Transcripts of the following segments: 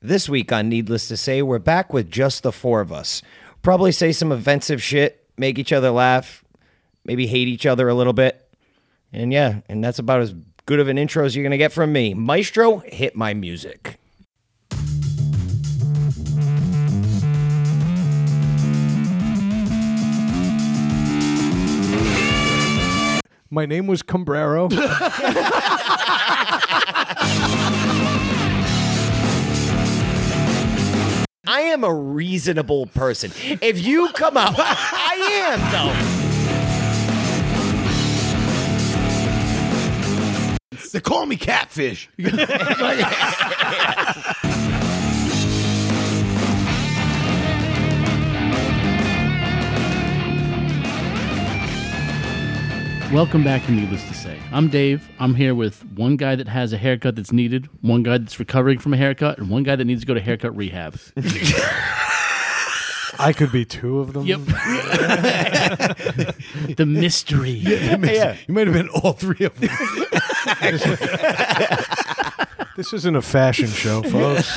This week on Needless to Say, we're back with just the four of us. Probably say some offensive shit, make each other laugh, maybe hate each other a little bit. And yeah, and that's about as good of an intro as you're going to get from me. Maestro, hit my music. My name was Combrero. I am a reasonable person. If you come up, I am though. They call me catfish. Welcome back to Needless to Say. I'm Dave. I'm here with one guy that has a haircut that's needed, one guy that's recovering from a haircut, and one guy that needs to go to haircut rehab. I could be two of them. the mystery. You might have been all three of them. This isn't a fashion show, folks.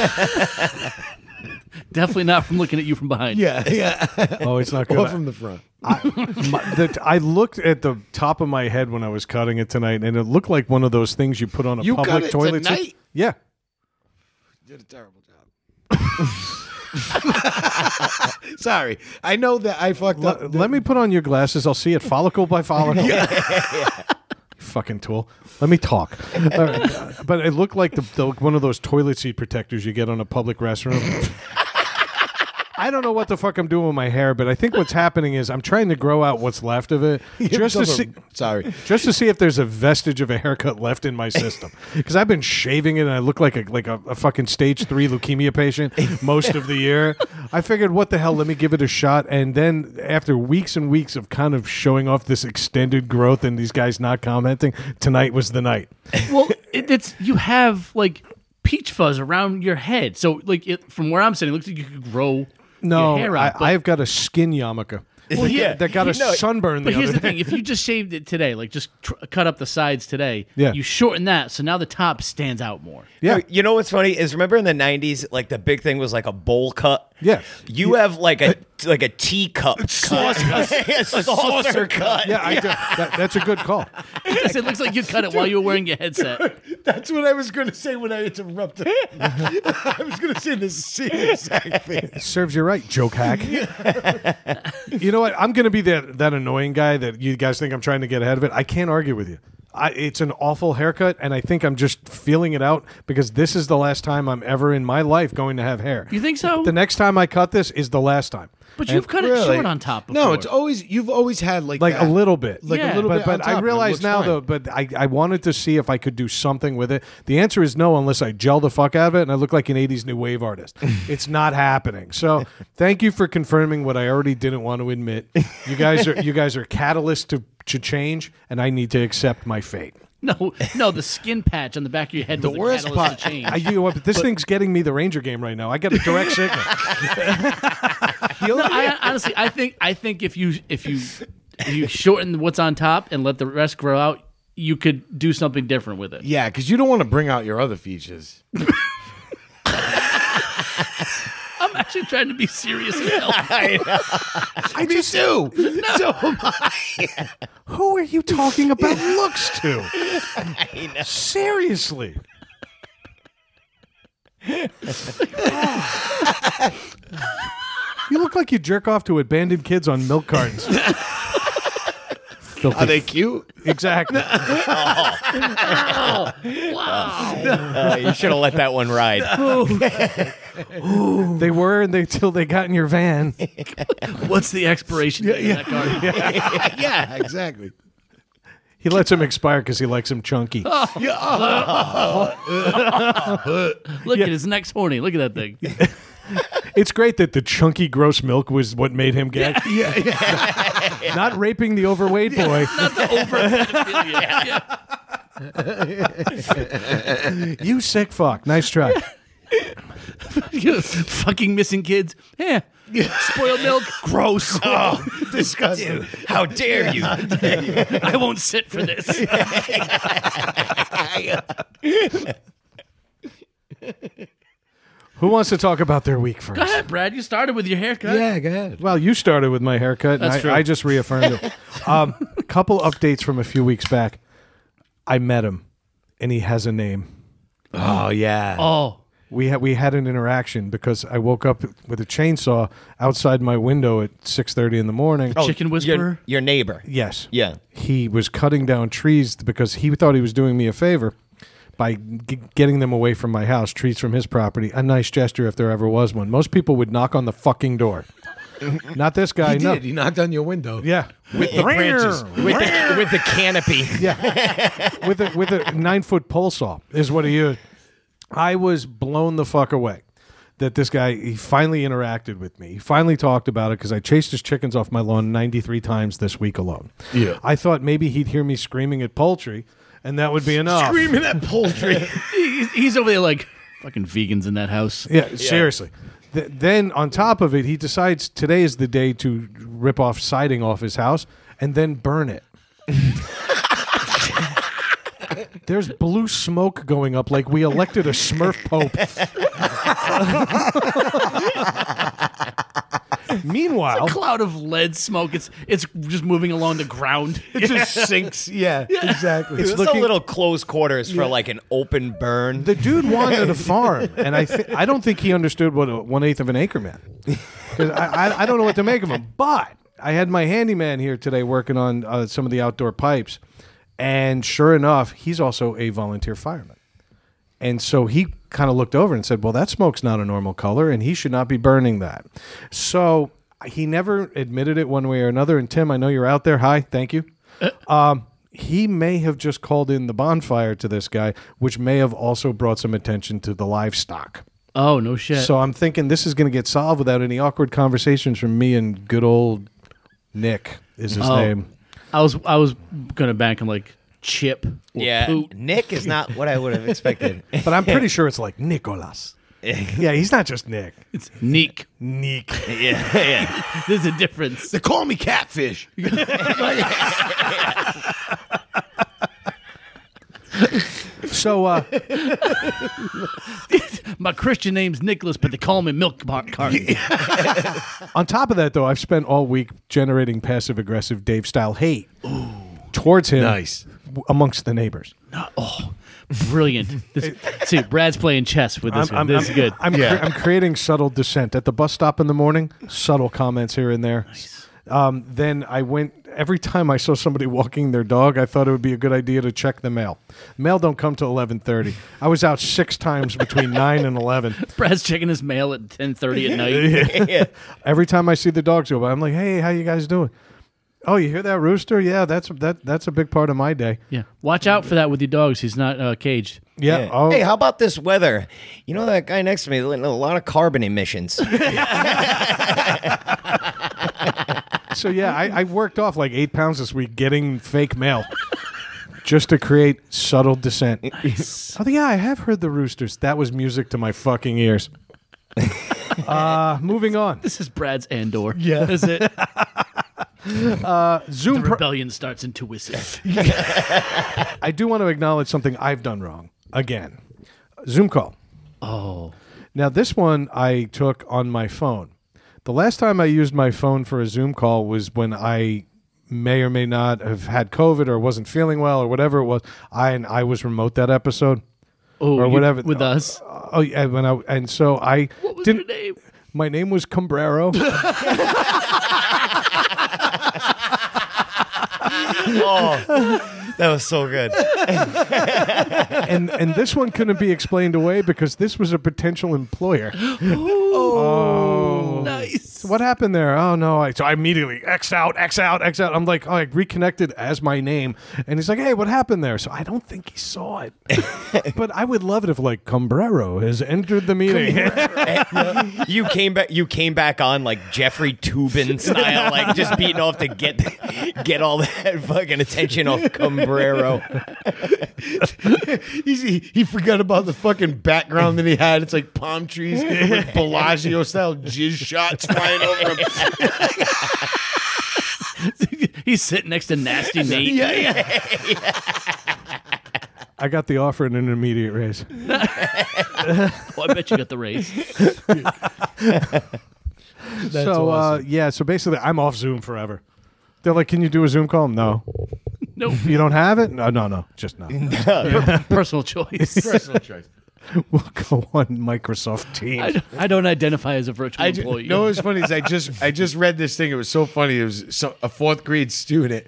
Definitely not from looking at you from behind. yeah, yeah. Oh, it's not good. All from the front. My- the- I looked at the top of my head when I was cutting it tonight, and it looked like one of those things you put on a You cut public it toilet seat. tonight? Yeah. Did a terrible job. Sorry, I know that I fucked Let- up. let me put on your glasses. I'll see it follicle by follicle. Fucking tool. Let me talk. All right. But it looked like the, the one of those toilet seat protectors you get on a public restroom. I don't know what the fuck I'm doing with my hair, but I think what's happening is I'm trying to grow out what's left of it just to see, Sorry. just to see if there's a vestige of a haircut left in my system. Because I've been shaving it and I look like a like a, a fucking stage three leukemia patient most of the year. I figured, what the hell? Let me give it a shot. And then after weeks and weeks of kind of showing off this extended growth and these guys not commenting, tonight was the night. Well, it, it's you have like peach fuzz around your head, so like it, from where I'm sitting, it looks like you could grow No, your hair I, out. but- I've got a skin yarmulke. Well, that, yeah. that got a No, sunburn But the here's other the day. thing: if you just shaved it today, like just tr- cut up the sides today, Yeah. you shorten that, so now the top stands out more. Yeah. You know what's funny is remember in the '90s, like the big thing was like a bowl cut. Yeah. You have like a like a teacup cut, a saucer cut. Yeah, I do. That, that's a good call. it looks like you cut it while you were wearing your headset. That's what I was going to say when I interrupted. I was going to say the same exact thing. Serves you right, joke hack. you know what? I'm going to be that that annoying guy that you guys think I'm trying to get ahead of it. I can't argue with you. I, it's an awful haircut, and I think I'm just feeling it out because this is the last time I'm ever in my life going to have hair. You think so? The next time I cut this is the last time. But you've cut it short on top. Before. No, it's always you've always had like like that. a little bit, Like a Yeah. but, little bit on But top, I and it realize looks now fine. though. But I, I wanted to see if I could do something with it. The answer is no, unless I gel the fuck out of it and I look like an '80s new wave artist. it's not happening. So thank you for confirming what I already didn't want to admit. You guys are you guys are catalyst to to change, and I need to accept my fate. No, no, the skin patch on the back of your head. The was worst the part- catalyst to change. I, you know what? But this thing's getting me the Ranger game right now. I got a direct signal. no, I, honestly, I think I think if you if you if you shorten what's on top and let the rest grow out, you could do something different with it. Yeah, because you don't want to bring out your other features. I'm actually trying to be serious as hell. I Me too. So am I. Who are you talking about looks to? Seriously. you look like you jerk off to abandoned kids on milk cartons. Are they cute? exactly. Uh, you should have let that one ride. They were and they till they got in your van. What's the expiration date of that card? yeah, exactly. He lets him expire because he likes him chunky. Look at his neck's horny. Look at that thing. It's great that the chunky gross milk was what made him gag. Yeah. Not raping the overweight boy. Not the over pedophilia. Yeah. You sick fuck. Nice try. Fucking missing kids. Yeah. Spoiled milk. Gross. Disgusting. How dare you? I won't sit for this. Who wants to talk about their week first? Go ahead, Brad. You started with your haircut. Yeah, go ahead. Well, you started with my haircut. That's and true. I, I just reaffirmed it. Um, a couple updates from a few weeks back. I met him, and he has a name. Oh yeah. Oh, We had we had an interaction because I woke up with a chainsaw outside my window at six thirty in the morning. chicken Your, whisperer. your neighbor. yes, Yeah. he was cutting down trees because he thought he was doing me a favor by g- getting them away from my house, trees from his property. A nice gesture if there ever was one. Most people would knock on the fucking door. Not this guy. he no. did. He knocked on your window. Yeah, with the branches, With the, with the canopy. with a with a nine foot pole saw is what he used. I was blown the fuck away that this guy he finally interacted with me. He finally talked about it because I chased his chickens off my lawn ninety three times this week alone. Yeah. I thought maybe he'd hear me screaming at poultry, and that would be enough. Screaming at poultry. He's, he's over there like fucking vegans in that house. Yeah, seriously. Th- then on top of it, he decides today is the day to rip off siding off his house and then burn it. There's blue smoke going up like we elected a Smurf Pope. Meanwhile, Cloud of lead smoke. It's it's just moving along the ground. it just sinks. Yeah, exactly. It's a little close quarters for like an open burn. the dude wanted a farm, and I th- I don't think he understood what a one eighth of an acre meant. 'Cause I, I I don't know what to make of him. But I had my handyman here today working on uh, some of the outdoor pipes, and sure enough, he's also a volunteer fireman. And so he kind of looked over and said, "Well, that smoke's not a normal color, and he should not be burning that." So he never admitted it one way or another. And Tim, I know you're out there. Hi, thank you. Um, he may have just called in the bonfire to this guy, which may have also brought some attention to the livestock. Oh no shit. So I'm thinking this is going to get solved without any awkward conversations from me and good old Nick is his name. I was I was gonna bank on like chip. Or yeah. Poot. Nick is not what I would have expected. But I'm pretty sure it's like Nicholas. yeah, he's not just Nick. It's Neek. Nick. yeah. Yeah. There's a difference. They call me catfish. So uh, My Christian name's Nicholas, but they call me Milk Bar- Carton. on top of that, though, I've spent all week generating passive aggressive Dave style hate towards him Nice. w- amongst the neighbors. Oh, brilliant! This, see, Brad's playing chess with this one. This is good. I'm, cre- I'm creating subtle dissent at the bus stop in the morning. Subtle comments here and there. Um, then I went every time I saw somebody walking their dog. I thought it would be a good idea to check the mail. Mail don't come till eleven thirty. I was out six times between nine and eleven. Brad's checking his mail at ten thirty at night. yeah. Every time I see the dogs go by, I'm like, "Hey, how you guys doing?" Oh, you hear that rooster? Yeah, that's that that's a big part of my day. Yeah, watch out for that with your dogs. He's not uh, caged. Yeah. Oh, Hey, how about this weather? You know that guy next to me, a lot of carbon emissions. So yeah, I, I worked off like eight pounds this week getting fake mail, just to create subtle dissent. Oh yeah, I have heard the roosters. That was music to my fucking ears. uh, moving on. This is Brad's Andor. Yeah, is it? Zoom. Pro- Rebellion starts in two whistles. I do want to acknowledge something I've done wrong again. Zoom call. Oh, Now this one I took on my phone. The last time I used my phone for a Zoom call was when I may or may not have had COVID or wasn't feeling well or whatever it was. I and I was remote that episode. oh, Or you- whatever. with us. Oh yeah, when I and so I What was didn't. your name? My name was Combrero. oh, that was so good. and and this one couldn't be explained away because this was a potential employer. Oh. Nice. What happened there? Oh no! I, so I immediately x out, x out, x out. I'm like, oh, I reconnected as my name, and he's like, hey, what happened there? So I don't think he saw it, but I would love it if like Combrero has entered the meeting. You came back. You came back on like Jeffrey Tubin style, like just beating off to get get all that fucking attention off Combrero. He's, he, he forgot about the fucking background that he had. It's like palm trees with Bellagio style jizz shots flying over him. He's sitting next to Nasty Nate. yeah, yeah. I got the offer and an immediate raise. Well, Oh, I bet you got the raise. so uh, yeah, so basically, I'm off Zoom forever. They're like, "Can you do a Zoom call?" No, No you don't have it. No, no, no, just not. personal choice. Personal choice. we'll go on Microsoft Teams. I, I don't identify as a virtual I employee. just, no, what's funny is I just I just read this thing. It was so funny. It was so, a fourth grade student.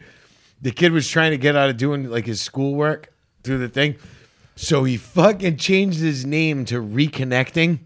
The kid was trying to get out of doing like his schoolwork through the thing, so he fucking changed his name to reconnecting.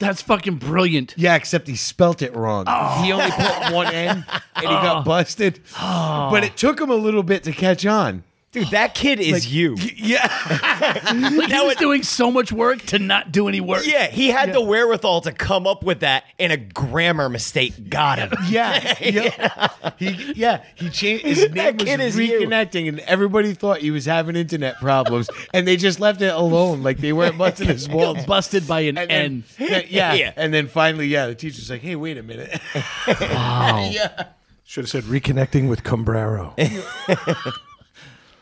that's fucking brilliant. Yeah, except he spelt it wrong. He only put one N, and he got busted. But it took him a little bit to catch on. Dude, that kid is you. Yeah, Like he was doing so much work to not do any work. Yeah, he had the wherewithal to come up with that, and a grammar mistake got him. yeah, yeah. He yeah he changed his name That was kid is you. reconnecting, and everybody thought he was having internet problems, and they just left it alone, like they weren't busting his balls. Busted by an And N. then, yeah, Yeah. and then finally, yeah, the teacher's like, "Hey, wait a minute." Should have said reconnecting with Cambrero.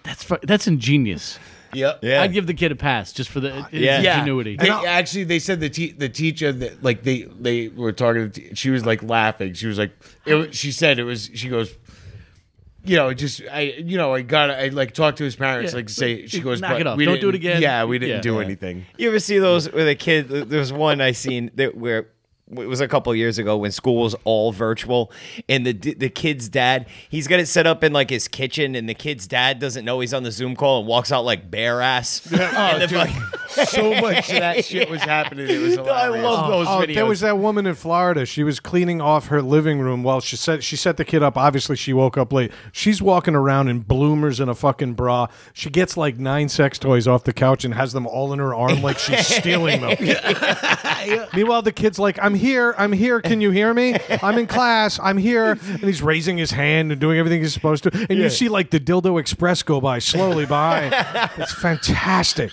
That's fu- that's ingenious. yep. Yeah. I'd give the kid a pass just for the uh, his Yeah. Yeah. ingenuity. They, actually, they said the te- the teacher that like they they were talking. To t- she was like laughing. She was like, it, wa- she said it was. She goes, you know, just I, you know, I got I like talked to his parents Yeah. like say she goes, Knock "But it off. we Don't do it didn't- again." Yeah, we didn't Yeah. do Yeah. anything. You ever see those with a kid? There was one I seen that where it was a couple years ago when school was all virtual, and the the kid's dad he's got it set up in like his kitchen, and the kid's dad doesn't know he's on the Zoom call and walks out like bare ass. And the Oh, dude. fucking- so much of that shit was happening. It was. I Hilarious. love those Oh, videos. there was that woman in Florida. She was cleaning off her living room while she set she set the kid up. Obviously, she woke up late. She's walking around in bloomers and a fucking bra. She gets like nine sex toys off the couch and has them all in her arm like she's stealing them. Meanwhile, the kid's like, "I'm here, I'm here. Can you hear me? I'm in class. I'm here." And he's raising his hand and doing everything he's supposed to. And you see like the dildo express go by slowly by. it's fantastic.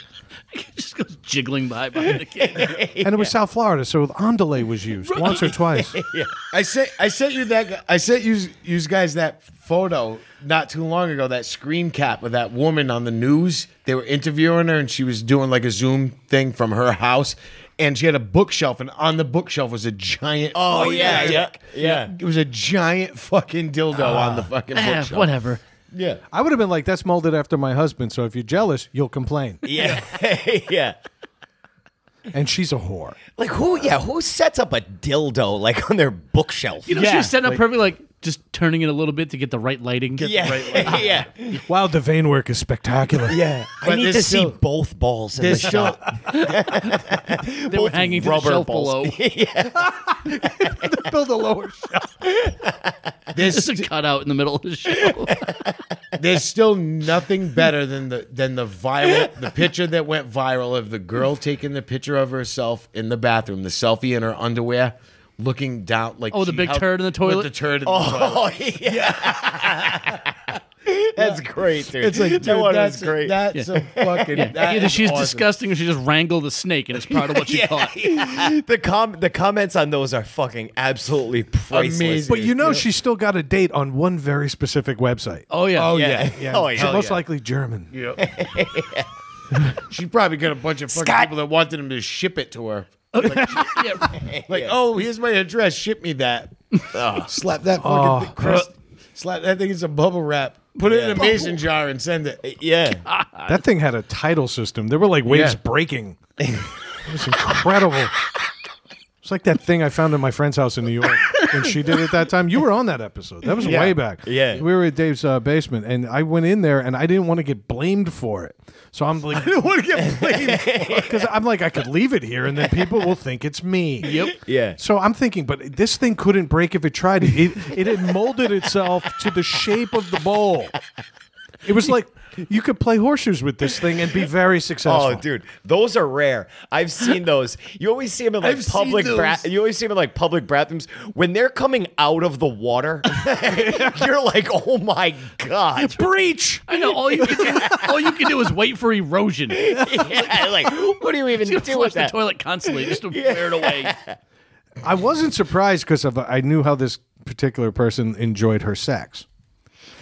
It just goes jiggling by behind the kid. And it was South Florida, so Andale was used once or twice. I sent I sent you that gu- I sent you you guys that photo not too long ago that screen cap of that woman on the news. They were interviewing her and she was doing like a Zoom thing from her house, and she had a bookshelf and on the bookshelf was a giant. oh fucking- yeah, yeah, yeah. It was a giant fucking dildo on the fucking Eh, bookshelf. whatever. Yeah. I would have been like, that's molded after my husband. So if you're jealous, you'll complain. Yeah, yeah. And she's a whore. Like who? Yeah, who sets up a dildo like on their bookshelf? You know, Yeah, she was set up like- perfectly, like just turning it a little bit to get the right lighting. yeah, yeah, Wow, the vein work is spectacular. yeah. I But need there's to see still- both balls in the There's shot. still they were hanging to the rubber shelf balls. below. Build a lower shelf. there's, Just a cutout in the middle of the show. there's still nothing better than the than the viral the picture that went viral of the girl taking the picture of herself in the bathroom, the selfie in her underwear, looking down like Oh, the she big held- turd in the toilet? with the turd in the toilet. Oh yeah. that's great, dude. It's like dude, that one that's was great. That's a fucking. that Either is she's awesome. disgusting or she just wrangled a snake, and it's part of what she caught. the com the comments on those are fucking absolutely priceless. Amazing. But you know, she's still got a date on one very specific website. Oh yeah. Oh Yeah. yeah. Oh She's yeah. most likely German. She probably got a bunch of fucking Scott. people that wanted him to ship it to her. yeah. Like, oh, here's my address. Ship me that. Slap that fucking Oh. thing. Chris, slap that thing. It's a bubble wrap. Put it in a mason jar and send it. Yeah. That thing had a tidal system. There were like waves Yeah. breaking. It was incredible. It's like that thing I found at my friend's house in New York when she did it that time. You were on that episode. That was way back. Yeah. We were at Dave's uh, basement, and I went in there, and I didn't want to get blamed for it. So I'm like, I didn't want to get blamed because I'm like, I could leave it here, and then people will think it's me. Yep. Yeah. So I'm thinking, but this thing couldn't break if it tried it. It, it had molded itself to the shape of the bowl. It was like you could play horseshoes with this thing and be very successful. Oh, dude, those are rare. I've seen those. You always see them in like I've seen public. Bra- those. you always see them in like public bathrooms when they're coming out of the water. you're like, oh my god. breach! I know. All you can do, all you can do is wait for erosion. She's yeah, like, what do you even gonna do flush with the that? toilet constantly just to wear it away. I wasn't surprised because I knew how this Hmm. particular person enjoyed her sex.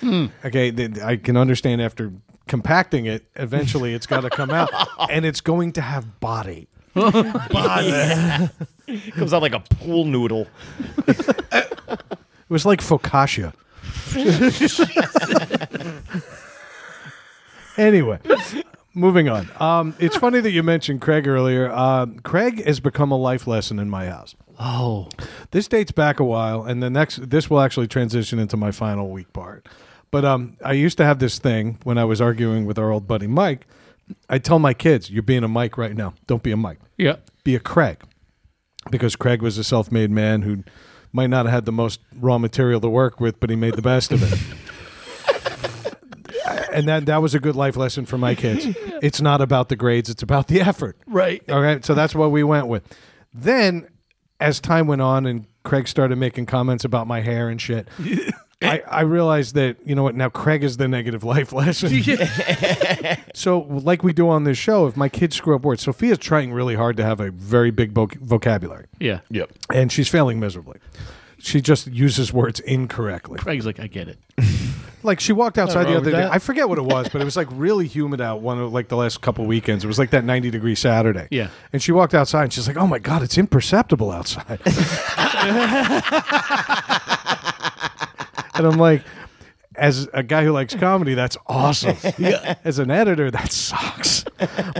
Okay, th- I can understand after compacting it, eventually it's got to come out, and it's going to have body. Comes out like a pool noodle. It was like focaccia. anyway, moving on. Um, it's funny that you mentioned Craig earlier. Um, Craig has become a life lesson in my house. Oh, This dates back a while, and the next this will actually transition into my final week part. But um, I used to have this thing when I was arguing with our old buddy Mike. I tell my kids, "You're being a Mike right now. Don't be a Mike. yeah. Be a Craig," because Craig was a self-made man who might not have had the most raw material to work with, but he made the best of it. and that that was a good life lesson for my kids. It's not about the grades; it's about the effort. Right. All right. So that's what we went with. Then, as time went on and Craig started making comments about my hair and shit, I, I realized that, you know what, now Craig is the negative life lesson. so, like we do on this show, if my kids screw up words, Sophia's trying really hard to have a very big voc- vocabulary, Yeah. Yep. and she's failing miserably. She just uses words incorrectly. Craig's like, I get it. Like she walked outside the wrong other with day. that. I forget what it was, but it was like really humid out one of like the last couple weekends. It was like that 90 degree Saturday. Yeah. And she walked outside and she's like, "Oh my god, it's imperceptible outside." and I'm like, as a guy who likes comedy, that's awesome. As an editor, that sucks.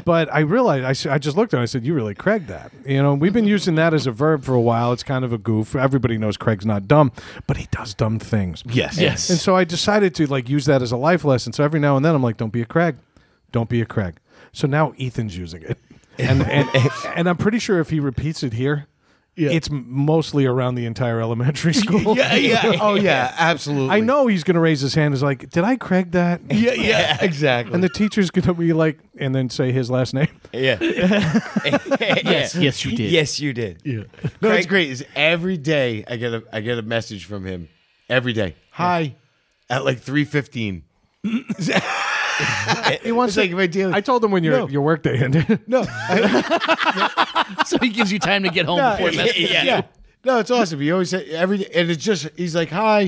but I realized, I s- I, just looked at it, I said, You really Craig that. You know, we've been using that as a verb for a while. It's kind of a goof. Everybody knows Craig's not dumb, but he does dumb things. Yes. Yes. And so I decided to like use that as a life lesson. So every now and then I'm like, don't be a Craig. Don't be a Craig. So now Ethan's using it. And and, and I'm pretty sure if he repeats it here, it's m- mostly around the entire elementary school. Yeah. Yeah. Oh yeah. Absolutely. I know he's going to raise his hand is like, did I Craig that? Yeah. Yeah. Exactly. And the teacher's going to be like, and then say his last name. Yeah. yes, yes, you did. Yes, you did. No, it's great. Is every day I get a I get a message from him every day. Hi, at like three fifteen. He wants It's like my daily. I told him when your No. your work day ended. no, So he gives you time to get home before yeah, messing. yeah. no, it's awesome. He always say every day, and it's just he's like hi,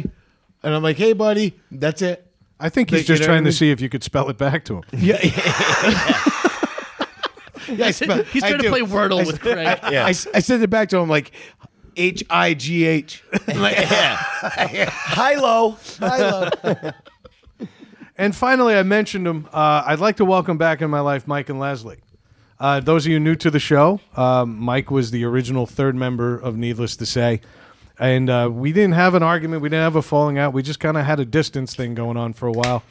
and I'm like hey buddy, that's it. I think he's Like, you just know trying what I to mean? see if you could spell it back to him. Yeah, yeah. I spell- He's I trying to do. play Wordle I with s- Craig. I, I s- I sent it back to him like H I G H. Hi low. Hi low. And finally, I mentioned them. Uh, I'd like to welcome back in my life Mike and Leslie. Uh, those of you new to the show, um, Mike was the original third member of Needless to Say. And uh, we didn't have an argument. We didn't have a falling out. We just kind of had a distance thing going on for a while.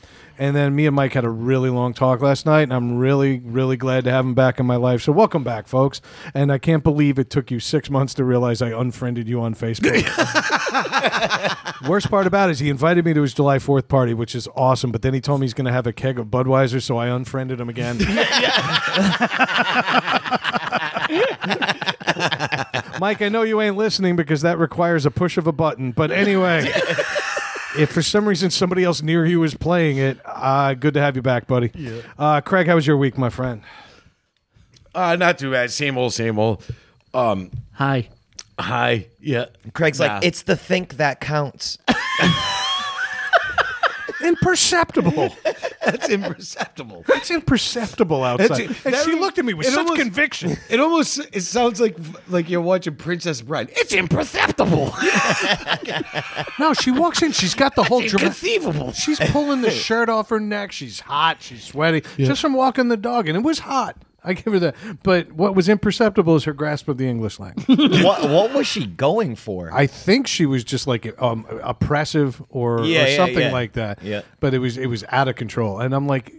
And then me and Mike had a really long talk last night. And I'm really, really glad to have him back in my life. So welcome back, folks. And I can't believe it took you six months to realize I unfriended you on Facebook. Worst part about it is he invited me to his July 4th party, which is awesome, but then he told me he's going to have a keg of Budweiser, so I unfriended him again. Mike, I know you ain't listening because that requires a push of a button, but anyway. If for some reason somebody else near you is playing it, uh, good to have you back, buddy. Uh, Craig, how was your week, my friend? Uh, not too bad. Same old, same old. Um, Hi. hi. Yeah. Craig's Nah. like, it's the think that counts. Imperceptible. That's imperceptible. That's imperceptible outside. That's- and that she was- looked at me with it such almost- conviction. It almost it sounds like like you're watching Princess Bride. It's imperceptible. No, she walks in. She's got the whole drama. Inconceivable. She's pulling the shirt off her neck. She's hot. She's sweaty. Just from walking the dog, and it was hot. I give her that. But what was imperceptible is her grasp of the English language. what, what was she going for? I think she was just like um, oppressive or, or Yeah, yeah, something yeah. like that. Yeah. But it was it was out of control, and I'm like,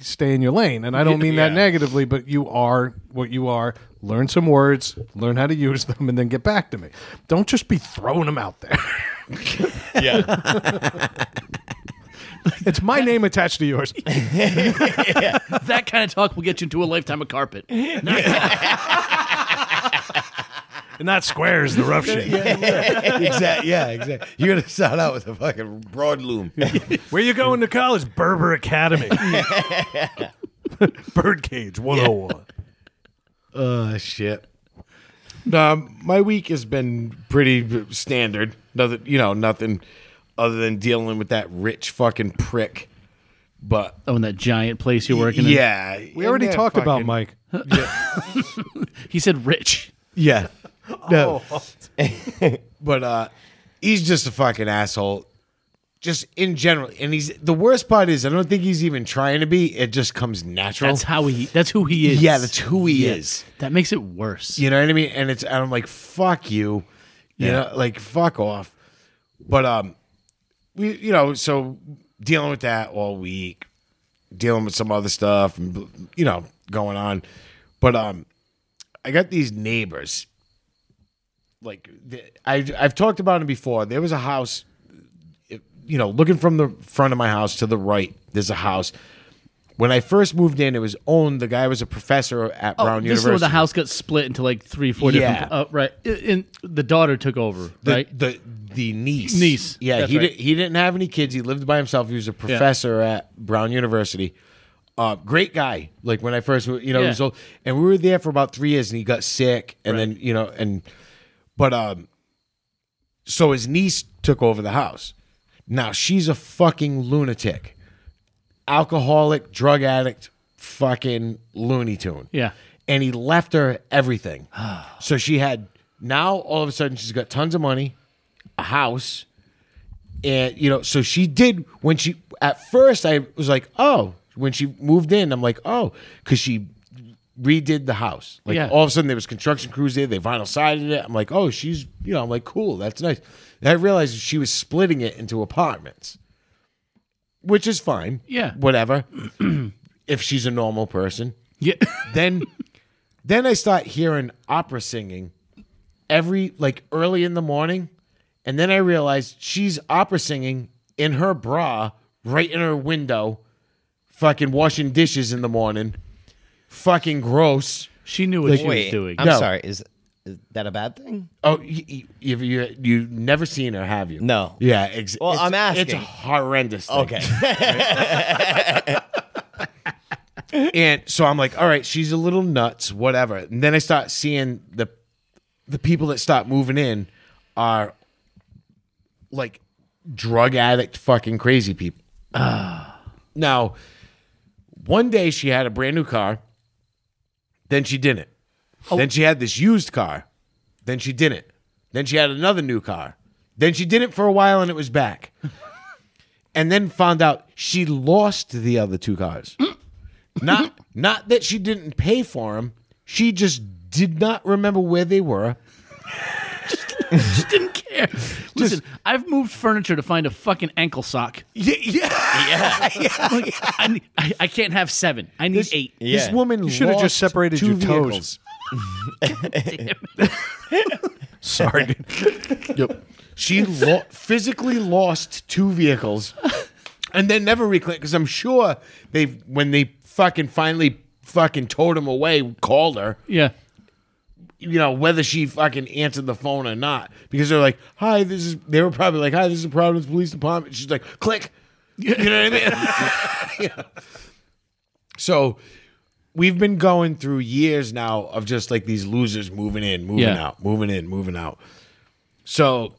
stay in your lane. And I don't mean that Yeah. negatively, but you are what you are. Learn some words, learn how to use them, and then get back to me. Don't just be throwing them out there. Yeah. it's my name attached to yours. That kind of talk will get you into a lifetime of carpet. And that squares the rough shape. exactly. Yeah, exactly. You're gonna start out with a fucking broad loom. Where you going to college? Berber Academy. Birdcage 101. Oh shit. Nah, my week has been pretty standard. Nothing, you know, nothing other than dealing with that rich fucking prick But Oh, in that giant place you're working in? yeah, We already talked about Mike. He said rich. Yeah. No. but uh he's just a fucking asshole. Just in general. And he's the worst part is I don't think he's even trying to be. It just comes natural. That's how he, that's who he is. yeah, that's who he Yeah. is. That makes it worse. You know what I mean? And it's and I'm like, fuck you. You know, like fuck off. But um we you know, so dealing with that all week, dealing with some other stuff and you know, going on. But um I got these neighbors. Like the- I I've talked about them before. There was a house it- you know, looking from the front of my house to the right, there's a house. When I first moved in, it was owned. The guy was a professor at Oh, Brown this is University. where the house got split into like three, four Yeah. different. Uh, right, and the daughter took over. the, right, the the niece Niece, yeah that's he right. did, he didn't have any kids he lived by himself he was a professor at brown university uh, great guy like when i first w- you know he Yeah. was old and we were there for about three years and he got sick and then you know and but um so his niece took over the house now she's a fucking lunatic alcoholic drug addict fucking looney tune Yeah. and he left her everything. so she had now all of a sudden she's got tons of money, a house, and you know, so she did when she at first I was like, oh, when she moved in, I'm like, oh, because she redid the house. Like Yeah. all of a sudden there was construction crews there, they vinyl sided it. I'm like, oh, she's you know, I'm like, cool, that's nice. And I realized she was splitting it into apartments. Which is fine. Yeah. Whatever. if she's a normal person yeah, then then I start hearing opera singing every like early in the morning, and then I realized she's opera singing in her bra right in her window, fucking washing dishes in the morning, fucking gross. she knew what she was Wait, doing. I'm No. sorry. Is, is that a bad thing? Oh, you you you you've never seen her, have you? No. Yeah. Ex- Well, it's- I'm asking. It's a horrendous. Thing. Okay. And so I'm like, all right, she's a little nuts, whatever. And then I start seeing the the people that start moving in are like drug addict fucking crazy people. Now, one day she had a brand new car, then she didn't. Then she had this used car, then she didn't. Then she had another new car. Then she did it for a while and it was back. and then found out she lost the other two cars not not that she didn't pay for them. She just did not remember where they were. she didn't care. Listen, I've moved furniture to find a fucking ankle sock. Yeah, yeah. I, need, I, I can't have seven. I need eight. This Yeah. woman You should have lost just separated two your vehicles. toes. Sorry. dude. She lo- physically lost two vehicles, and then never reclaimed. Because I'm sure they when they fucking finally fucking towed him away, called her. Yeah. you know, whether she fucking answered the phone or not. Because they're like, hi, this is, they were probably like, hi, this is the Providence Police Department. She's like, click. You know what I mean? Yeah. So we've been going through years now of just like these losers moving in, moving Yeah. out, moving in, moving out. So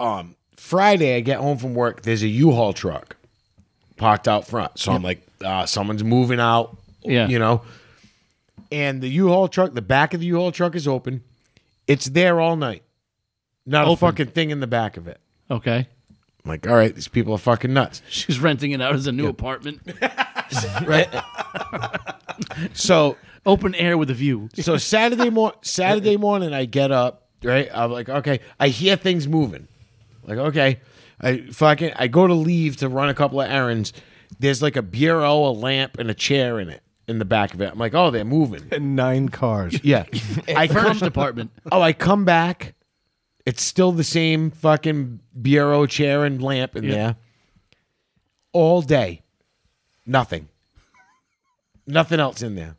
um Friday, I get home from work, there's a U-Haul truck parked out front. So I'm like, uh, someone's moving out. Yeah. You know? and the U-Haul truck, the back of the U-Haul truck is open. It's there all night. Not a Open. fucking thing in the back of it. Okay. I'm like, all right, these people are fucking nuts. She's renting it out as a new apartment, So open air with a view. so Saturday mor- Saturday morning, I get up, right? I'm like, okay, I hear things moving. Like, okay. I fucking I go to leave to run a couple of errands. There's like a bureau, a lamp, and a chair in it in the back of it. I'm like, oh, they're moving. And nine cars. Yeah. I come Furnished apartment. Oh, I come back. It's still the same fucking bureau chair and lamp in there. All day. Nothing. Nothing else in there.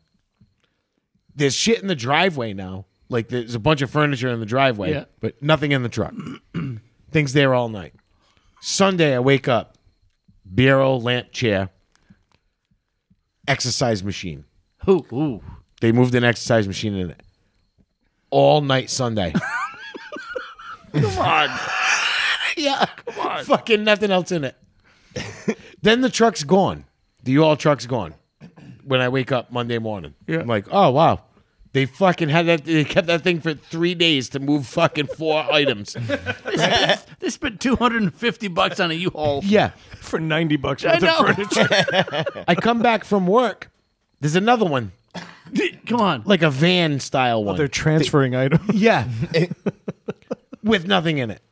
There's shit in the driveway now. Like there's a bunch of furniture in the driveway, Yeah. but nothing in the truck. Things there all night. Sunday, I wake up. Bureau, lamp, chair, exercise machine. Ooh, ooh. They moved an exercise machine in it. All night Sunday. Come on. yeah. Come on. Fucking nothing else in it. Then the truck's gone. The U-Haul truck's gone. When I wake up Monday morning, Yeah. I'm like, oh wow, they fucking had that. They kept that thing for three days to move fucking four items. They spent 250 bucks on a U-Haul. Yeah, for 90 bucks I worth of know. furniture. I come back from work. There's another one, Come on. like a van Oh, style one. They're transferring items. Yeah. With nothing in it.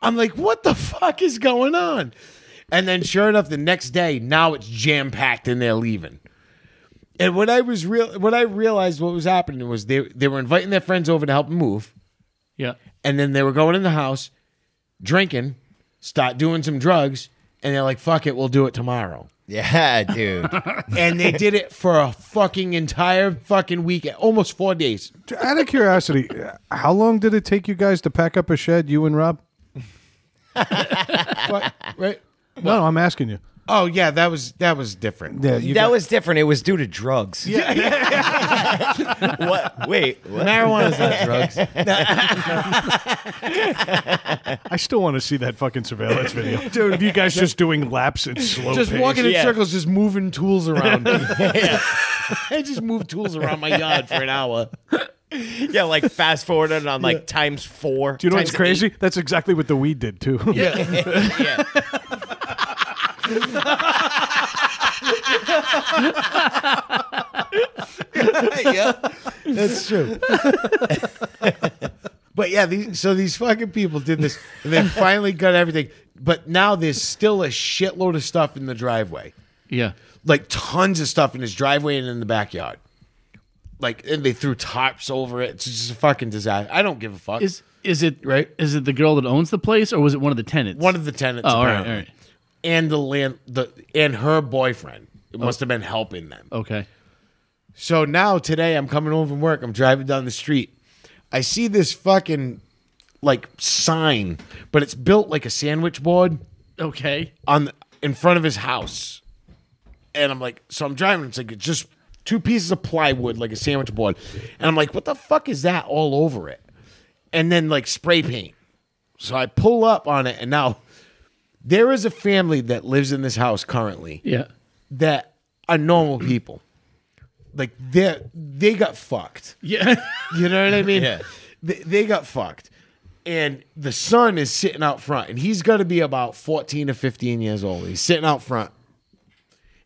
I'm like, what the fuck is going on? And then sure enough, the next day, now it's jam packed and they're leaving. And what I was real what I realized what was happening was they they were inviting their friends over to help them move. yeah. And then they were going in the house, drinking, start doing some drugs, and they're like, fuck it, we'll do it tomorrow Yeah, dude. and they did it for a fucking entire fucking week, almost four days. Out of curiosity, how long did it take you guys to pack up a shed, you and Rob? Right? No, I'm asking you. Oh yeah, that was that was different. Yeah, you that got- was different. It was due to drugs. Yeah. what? Wait. What? Marijuana's not drugs. I still want to see that fucking surveillance video. Dude, you guys just doing laps at slow Just pace. walking in Yeah. circles, just moving tools around. I just moved tools around my yard for an hour. Yeah, like fast forwarded on like times four. Do you know times what's crazy? That's exactly what the weed did too. eight. yeah. yeah. That's true. but yeah, these, so these fucking people did this, and they finally got everything. But now there's still a shitload of stuff in the driveway. Yeah. like tons of stuff in his driveway and in the backyard. Like, and they threw tarps over it. It's just a fucking disaster. I don't give a fuck. Is is it Right. Is it the girl that owns the place, or was it one of the tenants? One of the tenants, Oh, all right, all apparently, right. and the land, the and her boyfriend. It must have been helping them. Okay. So now today, I'm coming home from work. I'm driving down the street. I see this fucking like sign, but it's built like a sandwich board. Okay. on the, in front of his house, and I'm like, so I'm driving. It's like it's just two pieces of plywood, like a sandwich board, and I'm like, what the fuck is that all over it? And then like spray paint. So I pull up on it, and now there is a family that lives in this house currently Yeah. that are normal people. Like they they got fucked. Yeah. You know what I mean? Yeah. They, they got fucked. And the son is sitting out front, and he's got to be about 14 or 15 years old. He's sitting out front.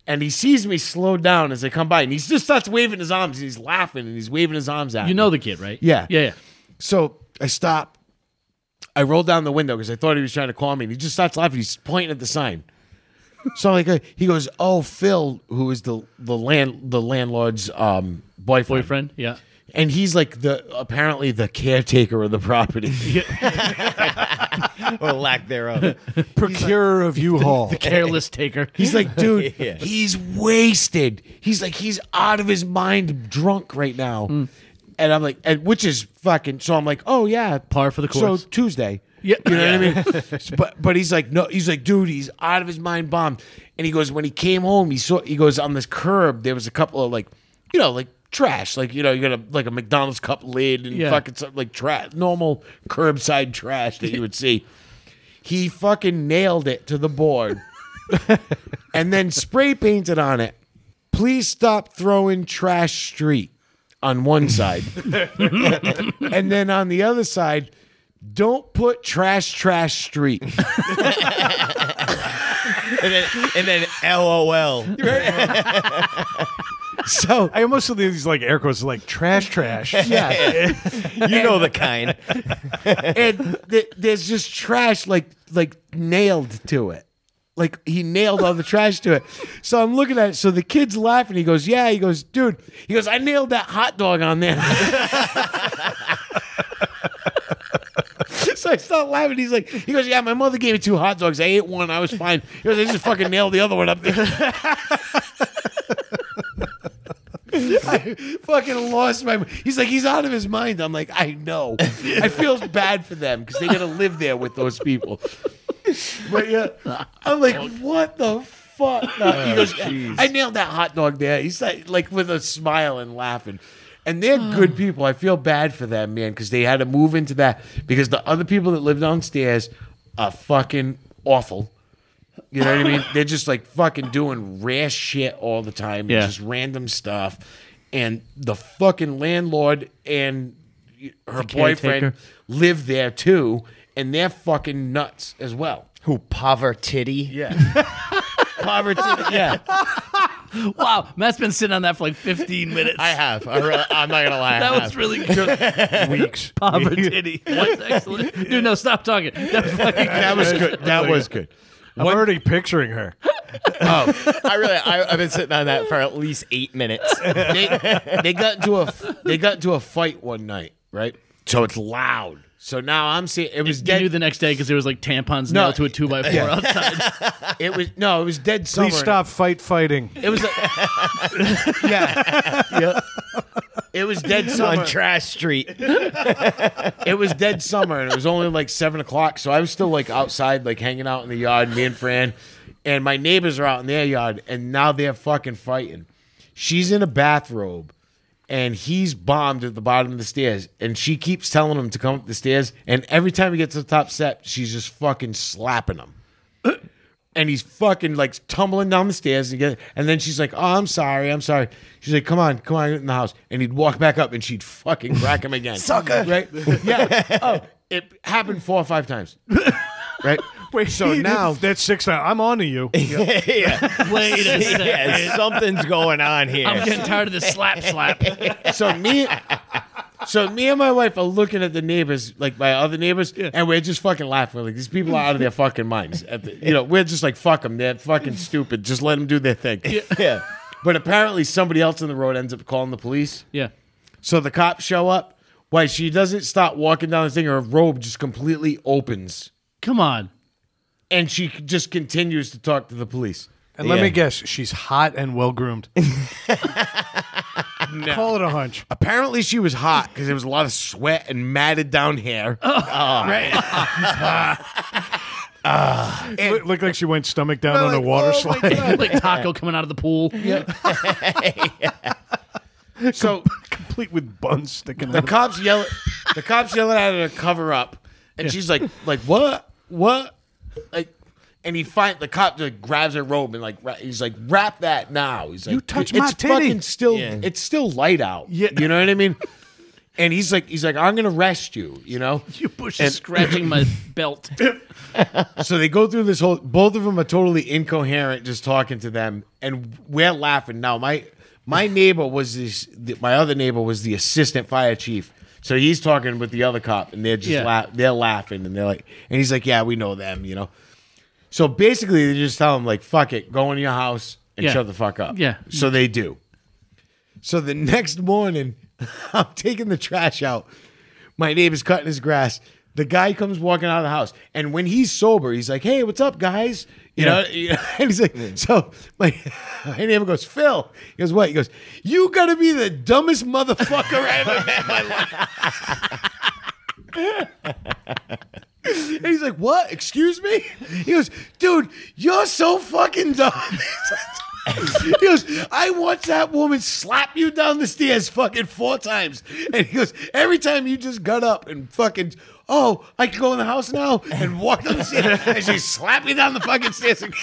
And he sees me slow down as I come by, and he just starts waving his arms, and he's laughing, and he's waving his arms at you me. know the kid, right? Yeah. Yeah. Yeah. So I stop. I roll down the window because I thought he was trying to call me, and he just starts laughing. He's pointing at the sign. So like uh, he goes, "Oh, Phil, who is the the land the landlord's um, boyfriend?" Boyfriend. Yeah. and he's like the apparently the caretaker of the property. Or lack thereof. Procurer of U-Haul. Careless taker. He's like, dude, Yeah. he's wasted. He's like, he's out of his mind, drunk right now. Hmm. And I'm like, and which is fucking. So I'm like, oh yeah, Par for the course. So Tuesday, Yeah. you know what I mean. but but he's like, no, he's like, dude, he's out of his mind, bombed. And he goes, when he came home, he saw, he goes on this curb. There was a couple of like, you know, like trash, like you know, you got a like a McDonald's cup lid and Yeah. fucking something like trash, normal curbside trash that you would see. He fucking nailed it to the board and then spray painted on it. Please stop throwing trash street on one side. and then on the other side, don't put trash trash street. and, then, and then LOL. So I almost think these like air quotes like trash, trash. yeah, You know the kind. and th- there's just trash like like nailed to it. Like he nailed all the trash to it. So I'm looking at it. So the kid's laughing. He goes, "Yeah." He goes, "Dude." He goes, "I nailed that hot dog on there." so I start laughing. He's like, "He goes, yeah." My mother gave me two hot dogs. I ate one. I was fine. He goes, "I just fucking nailed the other one up there." I fucking lost my. He's like, he's out of his mind. I'm like, I know. I feel bad for them because they gotta live there with those people. But yeah, I'm like, what the fuck? No, Oh, he goes, I nailed that hot dog there. He's like, like with a smile and laughing. And they're good people. I feel bad for them, man, because they had to move into that because the other people that live downstairs are fucking awful. You know what I mean? They're just like fucking doing rash shit all the time, Yeah. just random stuff. And the fucking landlord and her boyfriend caretaker. live there too, and they're fucking nuts as well. Who poverty? Yeah. Poverty. Yeah, Wow, Matt's been sitting on that for like 15 minutes. I have. I re- I'm not gonna lie. I that have. was really good. Weeks. Poverty. That's excellent. Dude, no, stop talking. That was fucking that was good. That was good. I'm already picturing her. I really, I, I've been sitting on that for at least eight minutes. they, they got into a they got into a fight one night, right? So it's loud. So now I'm seeing it was You knew dead. the next day because there was like tampons No. nailed to a two by four outside. it was no, it was dead summer. Please stop fight fighting. It was a, yeah, yeah. It was dead summer. on Trash Street. It was dead summer, and it was only like seven o'clock. So I was still like outside, like hanging out in the yard, me and Fran, and my neighbors are out in their yard, and now they're fucking fighting. She's in a bathrobe, and he's bombed at the bottom of the stairs, and she keeps telling him to come up the stairs, and every time he gets to the top step, she's just fucking slapping him. and he's fucking like tumbling down the stairs and get, and then she's like, "Oh, I'm sorry, I'm sorry." She's like, "Come on, come on, get in the house." And he'd walk back up and she'd fucking crack him again, Sucker. Right? Yeah. Oh, it happened four or five times. Right. Wait, So now- that's six now. I'm on to you. yeah. Wait a second. yeah, something's going on here. I'm getting tired of this slap slap. So me. So me and my wife are looking at the neighbors, like my other neighbors, and we're just fucking laughing. We're like, these people are out of their fucking minds. At the, you know, we're just like, fuck them. They're fucking stupid. Just let them do their thing. yeah. But apparently, somebody else in the road ends up calling the police. Yeah. So the cops show up. Why she doesn't stop walking down the thing, her robe just completely opens, Come on. and she c- just continues to talk to the police. And let Yeah. me guess, she's hot and well groomed. Call it a hunch. Apparently, she was hot because there was a lot of sweat and matted down hair. It looked like oh she went stomach down on a water Oh slide. Like taco coming out of the pool. so complete with buns sticking the out. cops yell, the cops yelling at her to cover up, and she's like, like what, what, like. And he find the cop like, grabs her robe and like ra- he's like wrap that now. He's like You touch it's my titty." fucking still Yeah. it's still light out. Yeah. you know what I mean. And he's like he's like I'm gonna arrest you. You know You push is scratching my belt. so they go through this whole both of them are totally incoherent just talking to them and we're laughing now my my neighbor was this the, my other neighbor was the assistant fire chief so he's talking with the other cop and they're just Yeah. laugh, they're laughing and they're like and he's like yeah we know them you know so basically they just tell him like fuck it go in your house and Yeah. shut the fuck up Yeah. so they do so the next morning, I'm taking the trash out. My neighbor's cutting his grass. The guy comes walking out of the house, and when he's sober, he's like, "Hey, what's up, guys?" You know, you know, and he's like, "So my, my neighbor goes, Phil." He goes, "What?" He goes, "You gotta be the dumbest motherfucker I ever met in my life." and he's like, "What? Excuse me?" He goes, "Dude, you're so fucking dumb." he goes, I watched that woman slap you down the stairs fucking four times. And he goes, every time you just got up and fucking, oh, I can go in the house now and walk down the stairs. And she slapped me down the fucking stairs again.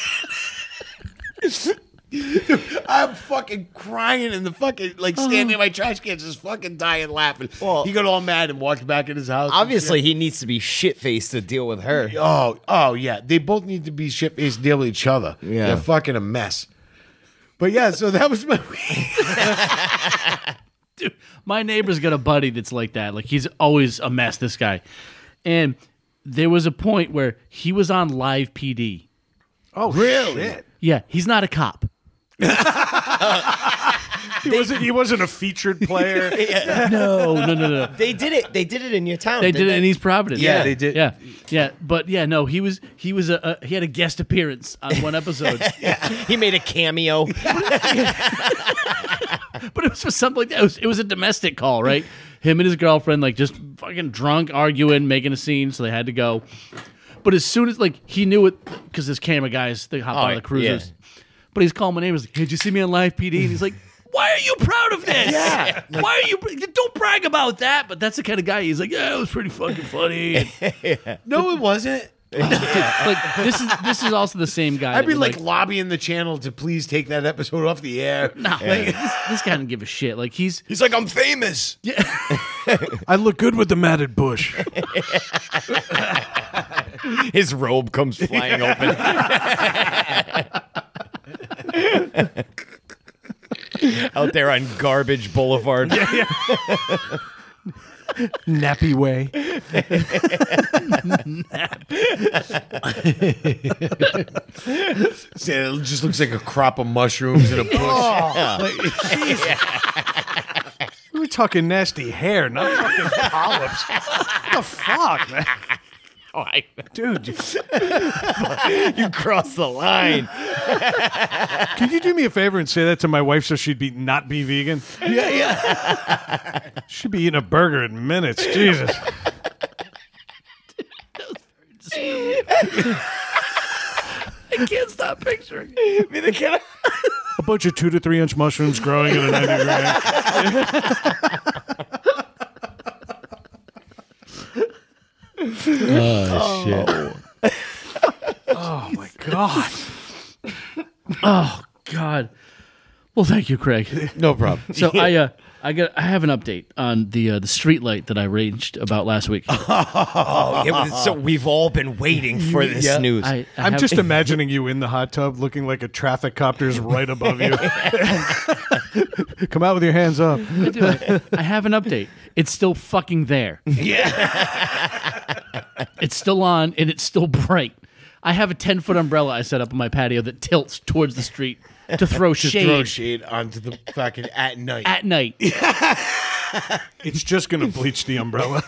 Dude, I'm fucking crying in the fucking like standing in my trash cans, just fucking dying laughing. Well- he got all mad and walked back in his house. Obviously, he needs to be shit faced to deal with her. Oh, oh yeah. They both need to be shit faced deal with each other. Yeah. They're fucking a mess. But yeah, so that was my week. Dude, my neighbor's got a buddy that's like that. Like he's always a mess. This guy, and there was a point where he was on live PD. Oh, really? Yeah, he's not a cop. He wasn't. He wasn't a featured player. No, no, no, no. They did it. They did it in your town. They did didn't it in East Providence. Yeah, they did. Yeah, yeah, but yeah, no, he was he was a, a he had a guest appearance on one episode, He made a cameo. but it was for something like that. It was, it was a domestic call, right? Him and his girlfriend, like just fucking drunk, arguing, making a scene, so they had to go. But as soon as like he knew it, because this camera guys they hop on the cruisers, but he's calling my name. He's like, "Hey, "Did you see me on live PD?" And he's like. Why are you proud of this? Yeah. Why are you? Don't brag about that. But that's the kind of guy. He's like, yeah, it was pretty fucking funny. No, it wasn't. like this is this is also the same guy. I'd that be would, like, lobbying the channel to please take that episode off the air. nah, like, this, this guy didn't give a shit. Like he's He's like, I'm famous. I look good with the matted bush. His robe comes flying open. Out there on Garbage Boulevard. Nappy way. See, It just looks like a crop of mushrooms in a bush. We were talking nasty hair, not fucking polyps. what the fuck, man? Oh, Dude, you- you cross the line. can you do me a favor and say that to my wife so she'd be not be vegan? Yeah, yeah. She'd be eating a burger in minutes. Jesus. I can't stop picturing. A bunch of two to three inch mushrooms growing in an underground. oh, shit. Oh, my God. God. Well, thank you, Craig. No problem. So I uh, I got I have an update on the uh, the street light that I raged about last week. It was- so we've all been waiting for this news. I, I I'm have- just imagining you in the hot tub looking like a traffic copter's right above you. Come out with your hands up. I do. I- I have an update. It's still fucking there. Yeah. it's still on and it's still bright. I have a 10 foot umbrella I set up on my patio that tilts towards the street to throw shade, Throw shade onto the fucking at night. at night. It's just going to bleach the umbrella.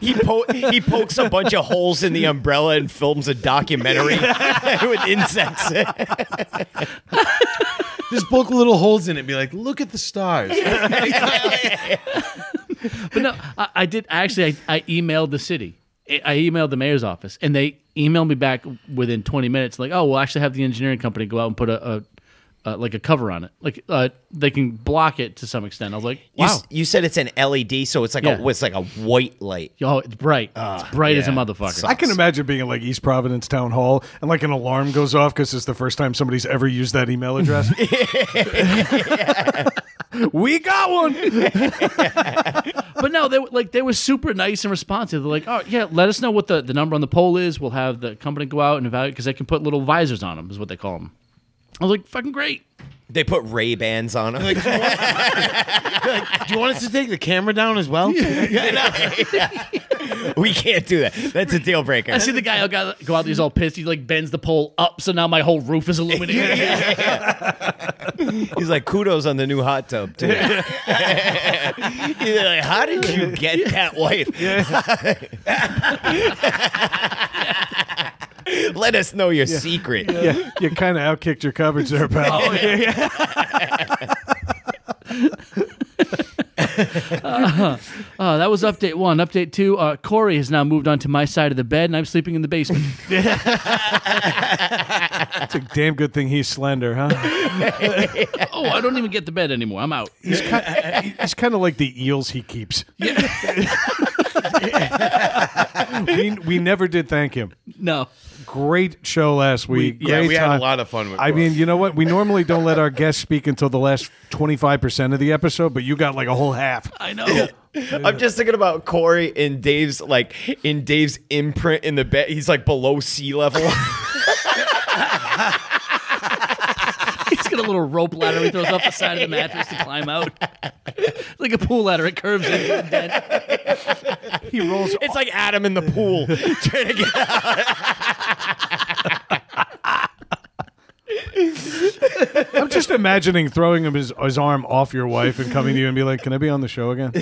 He po- he pokes a bunch of holes in the umbrella and films a documentary with insects. Just poke little holes in it. and Be like, look at the stars. But no, I, I did actually. I, I emailed the city. I I emailed the mayor's office, and they emailed me back within 20 minutes. Like, oh, we'll actually have the engineering company go out and put a, a uh, like a cover on it. Like, uh, they can block it to some extent. I was like, You, wow, s- you said it's an LED, so it's like Yeah. a it's like a white light. oh, it's bright. it's bright as a Ah, yeah. motherfucker. I can imagine being in like East Providence Town Hall and like an alarm goes off because it's the first time somebody's ever used that email address. we got one. but no, they were like they were super nice and responsive. They're like, oh yeah, let us know what the, the number on the poll is. We'll have the company go out and evaluate because they can put little visors on them, is what they call them. I was like, fucking great. They put Ray Bans on them. Do you want us to take the camera down as well? we can't do that. That's a deal breaker. I see the guy who got, go out there, he's all pissed. He like bends the pole up, so now my whole roof is illuminated. He's like, kudos on the new hot tub too. He's like, how did you get that wife? Let us know your secret. Yeah, Oh, you kind of outkicked your coverage there, pal. Uh, that was update one. Update two. Uh, Corey has now moved onto my side of the bed, and I'm sleeping in the basement. It's a damn good thing he's slender, huh? oh, I don't even get the bed anymore. I'm out. He's kind, he's kind of like the eels he keeps. we, we never did thank him. No, Great show last week. yeah, Great we had a time. lot of fun with I Ross. mean, you know what? We normally don't let our guests speak until the last 25% of the episode, but you got like a whole half. I know. I'm just thinking about Corey and Dave's like in Dave's imprint in the bed. He's like below sea level. He's got a little rope ladder he throws off the side of the mattress to climb out. like a pool ladder, it curves into the bed. He rolls it's like Adam in the pool trying to get out. I'm just imagining throwing him his, his arm off your wife and coming to you and be like, "Can I be on the show again?"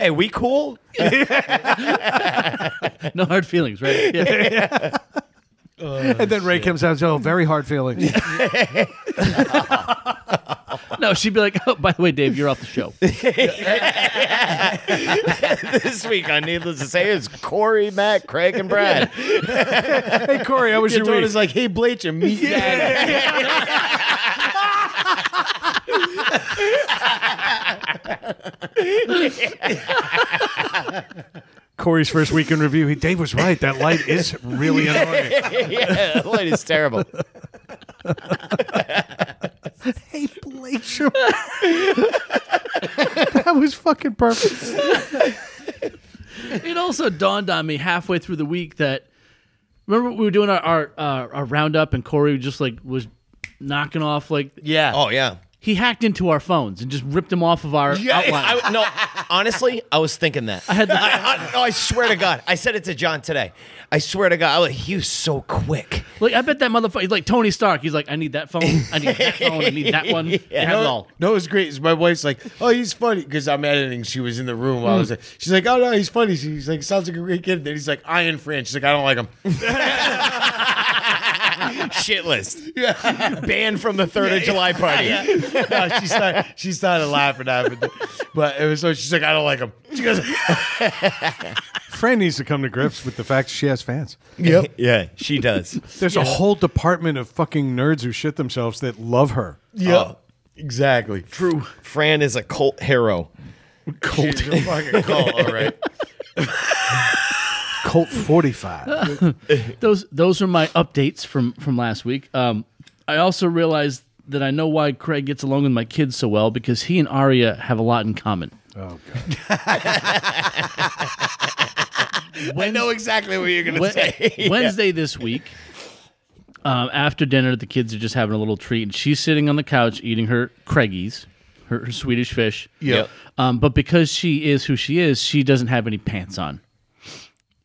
Hey, we cool? No hard feelings, right? Yeah. and then Ray comes out, and says, "Oh, very hard feelings." No, she'd be like, oh, by the way, Dave, you're off the show. this week on Needless to Say is Corey, Matt, Craig, and Brad. hey Corey, I was Your your week? daughter's like, hey, Blatcher, meet Dad. Corey's first week in review. He, Dave was right. That light is really annoying. yeah, that light is terrible. Hey, Glacier. that was fucking perfect. It also dawned on me halfway through the week that remember we were doing our our, uh, our roundup and Corey just like was knocking off like Yeah. Oh yeah. he hacked into our phones and just ripped them off of our outline. I, no, honestly, I was thinking that. I had the- I, no, I swear to God, I said it to John today. I swear to God, I was, he was so quick. like I bet that motherfucker like Tony Stark. He's like, I need that phone. I need that phone. I need that one. They have it all. No, it's great. Is my wife's like, oh, he's funny because I'm editing. She was in the room. While I was Hmm. like, she's like, oh no, he's funny. She's like, sounds like a great kid. Then he's like, Iron Fran. She's like, I don't like him. Shit list. Banned from the Third of July party. no, she started, she started laughing at it, but it was so. She's like, I don't like him. She goes, Fran needs to come to grips with the fact she has fans. Yep. yeah, she does. There's a whole department of fucking nerds who shit themselves that love her. yeah, Oh. exactly. True. Fran is a cult hero. Cold. She's a fucking cold. All right. Colt 45. Those those are my updates from from last week. Um, I also realized that I know why Craig gets along with my kids so well because he and Aria have a lot in common. Oh, God. I know exactly what you're gonna Wed- say. Wednesday this week, um, after dinner, the kids are just having a little treat, and she's sitting on the couch eating her Craigies, her, her Swedish fish. Yep. Um, but because she is who she is, she doesn't have any pants on.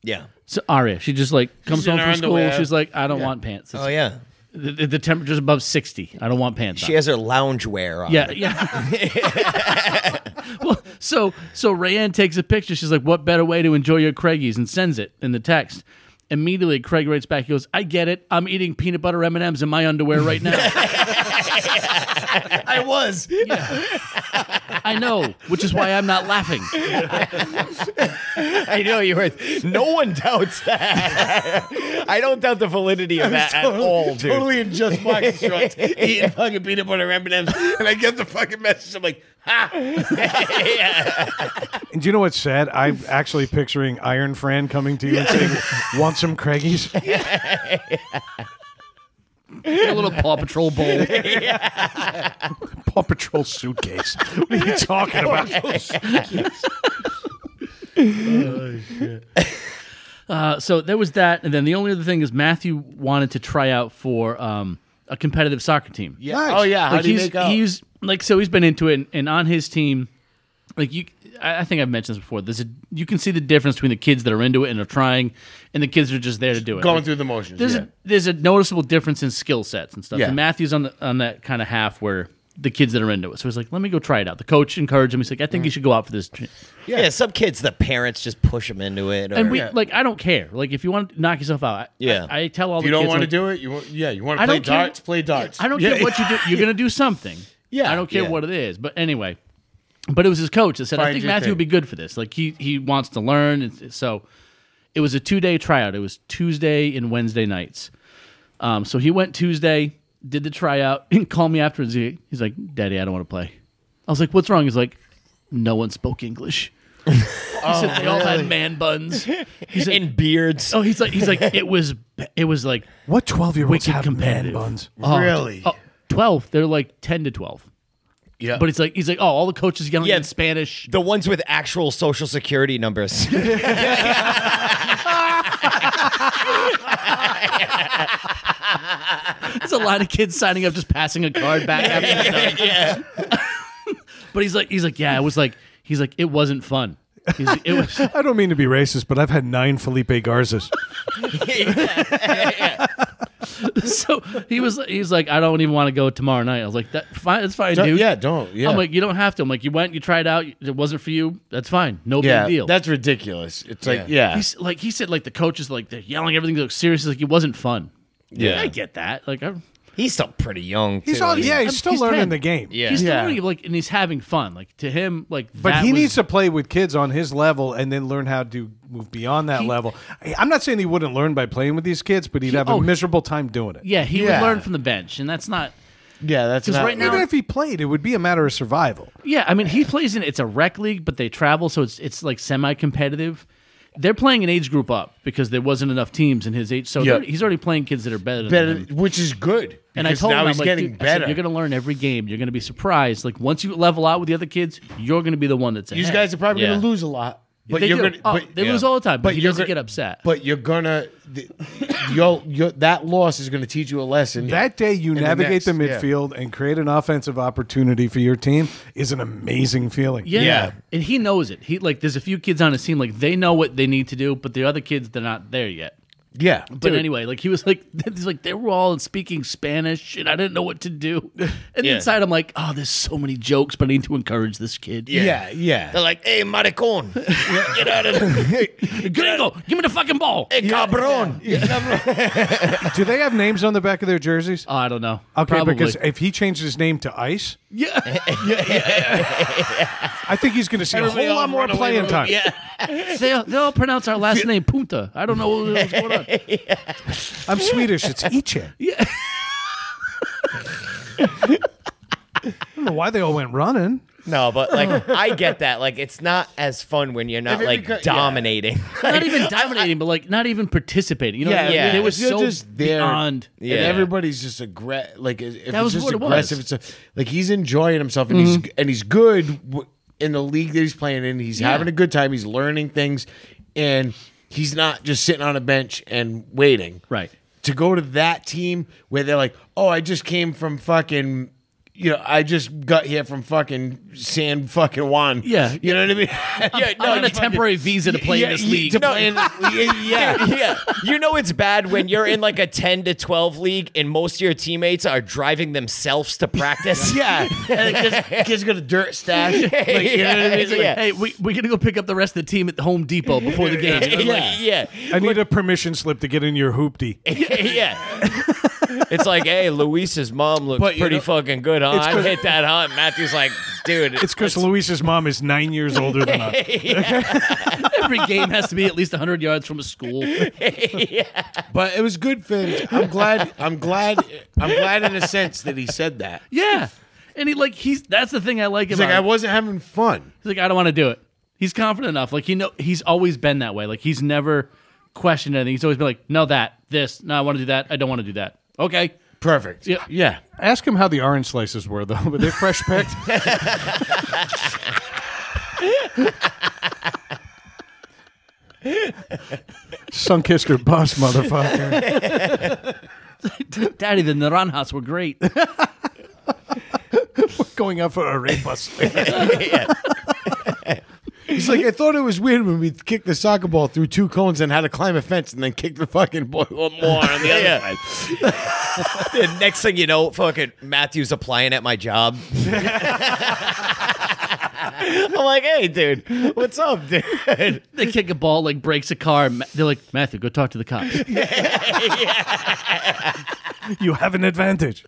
Yeah. So Aria, she just like comes in home her from school. underwear. She's like, I don't want pants. It's- Oh yeah. the, the- the temperature's above sixty. I don't want pants. on. She has her loungewear on. Yeah, yeah. well, so so Rayanne takes a picture. She's like, "What better way to enjoy your Craigies?" and sends it in the text. Immediately, Craig writes back. He goes, "I get it. I'm eating peanut butter M and M's in my underwear right now. I was. I know, which is why I'm not laughing." I know you were. No one doubts that. I don't doubt the validity of that at all, dude. Totally in just pocket shorts, eating fucking peanut butter M and M's, and I get the fucking message. I'm like, ha. And do you know what's sad? I'm actually picturing Iron Fran coming to you and saying, Want some Craigies? A little Paw Patrol bowl. Paw Patrol suitcase. What are you talking about? Uh, so there was that, and then the only other thing is Matthew wanted to try out for um, a competitive soccer team. Yeah. Oh yeah, how like do you he's, make out? he's like so he's been into it and, and on his team like you I, I think i've mentioned this before there's a you can see the difference between the kids that are into it and are trying and the kids that are just there to do it going Like, through the motions. there's yeah. a there's a noticeable difference in skill sets and stuff Yeah. and matthew's on the on that kind of half where the kids that are into it so he's like let me go try it out the coach encouraged him he's like i Mm. think you should go out for this tr- Yeah. some kids, the parents just push them into it. Or, and we Yeah. like i don't care like if you want to knock yourself out I- Yeah. i, I tell all you the don't kids want to like, do it. You want, yeah, you want I to play don't care- darts? Play darts. I don't Yeah. care what you do. You're going to do something. Yeah, I don't care yeah. what it is. But anyway, but it was his coach that said, I Find think your Matthew thing. would be good for this. Like he he wants to learn. And so it was a two day tryout. It was Tuesday and Wednesday nights. Um, so he went Tuesday, did the tryout, and called me afterwards. He, he's like, Daddy, I don't want to play. I was like, What's wrong? He's like, No one spoke English. He said they Oh, all had man buns. He's like, in beards. oh, he's like, he's like, it was, it was like What 12 year olds Wicked have man competitive. buns? really. Oh, 12. They're like 10 to 12. yeah, But it's like, he's like, oh, all the coaches yelling Yeah. in Spanish. The ones with actual social security numbers. There's a lot of kids signing up, just passing a card back after they're done. yeah. But he's like, he's like, yeah, it was like, he's like, it wasn't fun. He's like, it was, I don't mean to be racist, but I've had nine Felipe Garzas. so he was, he's like, I don't even want to go tomorrow night. I was like, that fine, it's fine, dude. yeah, don't. Yeah, I'm like, you don't have to. I'm like, you went, you tried out, it wasn't for you. That's fine, no yeah, big deal. that's ridiculous. It's like, yeah, he's like, he said, like the coaches, like they're yelling, everything looks serious. Like it wasn't fun. Yeah. I get that. Like, I'm, He's still pretty young. He's too. all, yeah, he's Um, he's still learning 10. the game. Yeah. he's Yeah. learning, like, and he's having fun. Like to him, like, But that he was- needs to play with kids on his level and then learn how to move beyond that level. I- I'm not saying he wouldn't learn by playing with these kids, but he'd have oh. a miserable time doing it. Yeah, he Yeah. would learn from the bench, and that's not. Yeah, that's Because not, right now- Even if he played, it would be a matter of survival. Yeah, I mean, he plays in it's a rec league, but they travel, so it's it's like semi-competitive. They're playing an age group up because there wasn't enough teams in his age, so Yeah. they're- he's already playing kids that are better. Than better, him. which is good. And I because told now him, I'm he's like, getting "Dude," I said, better. you're going to learn every game. You're going to be surprised. Like once you level out with the other kids, you're going to be the one that's. you ahead. guys are probably going Yeah. to lose a lot, but They you're do. going to Oh, they lose all the time, but, he you're doesn't gonna- get upset. But you're gonna, the, you'll, you'll, that loss is going to teach you a lesson. That day you the navigate the, next, yeah. midfield and create an offensive opportunity for your team is an amazing feeling. yeah. yeah. and he knows it. He like there's a few kids on his team like they know what they need to do, but the other kids they're not there yet. yeah, But anyway, like he was like he's like they were all speaking Spanish and I didn't know what to do. And Yeah. inside I'm like, oh, there's so many jokes, but I need to encourage this kid. yeah, yeah. They're like, hey, maricon, get out of there. Gringo, give me the fucking Eh. ball. Hey, cabron. Do they have names on the back of their jerseys? Oh, I don't know. Okay, Probably. because eh, if he changed his name to Ice, yeah. I think he's going to see a whole lot more playing time. Yeah. they, they all pronounce our last name Punta. I don't know what- what's going on. I'm Swedish. It's Iche. Yeah. I don't know why they all went running. No, but like I get that. Like it's not as fun when you're not it like beco- yeah. dominating. Not even dominating, but like not even participating. You know, what I mean? Yeah, Like, yeah. they were If you're so just there, beyond. Yeah. And everybody's just aggressive. Like if That was it's just what it was. Mm-hmm. aggressive, it's a, like he's enjoying himself and he's and he's good w- in the league that he's playing in. He's Yeah. having a good time. He's learning things, and he's not just sitting on a bench and waiting. Right. To go to that team where they're like, oh, I just came from fucking. You know, I just got here from fucking San fucking Juan. Yeah. you know what I mean. yeah, I'm on a temporary visa to play in this league. To play in, yeah, yeah. You know it's bad when you're in like a 10 to 12 league and most of your teammates are driving themselves to practice. Yeah, and the kids, kids got a dirt stash. Like, you know what I mean? It's like, Yeah. Hey, we, we're gonna go pick up the rest of the team at the Home Depot before the game. Yeah. Like, yeah. I need a permission slip to get in your hoopty. yeah. It's like, hey, Luis's mom looks But you pretty know- fucking good, huh? I 'cause- hit that, huh? And Matthew's like, dude, It's because Luis's mom is nine years older than us. Every game has to be at least 100 yards from a school. But it was good for him. to- I'm glad. I'm glad. I'm glad in a sense that he said that. Yeah. And he like he's that's the thing I like He's about like, I him. wasn't having fun. he's like I don't want to do it. He's confident enough. Like he know he's always been that way. Like he's never questioned anything. He's always been like, no, that, this, no, I want to do that. I don't want to do that. Okay. Perfect. Yeah. Yeah. Ask him how the orange slices were, though. Were they fresh picked? Sunkissed her bus, motherfucker. Daddy, the naranjas were great. Going out for a rape bus. He's like, I thought it was weird when we kicked the soccer ball through two cones and had to climb a fence and then kick the fucking boy one more on the other Yeah. side. the next thing you know, fucking Matthew's applying at my job. I'm like, hey, dude, what's up, dude? they kick a ball, like breaks a car. Ma- They're like, Matthew, go talk to the cops. you have an advantage.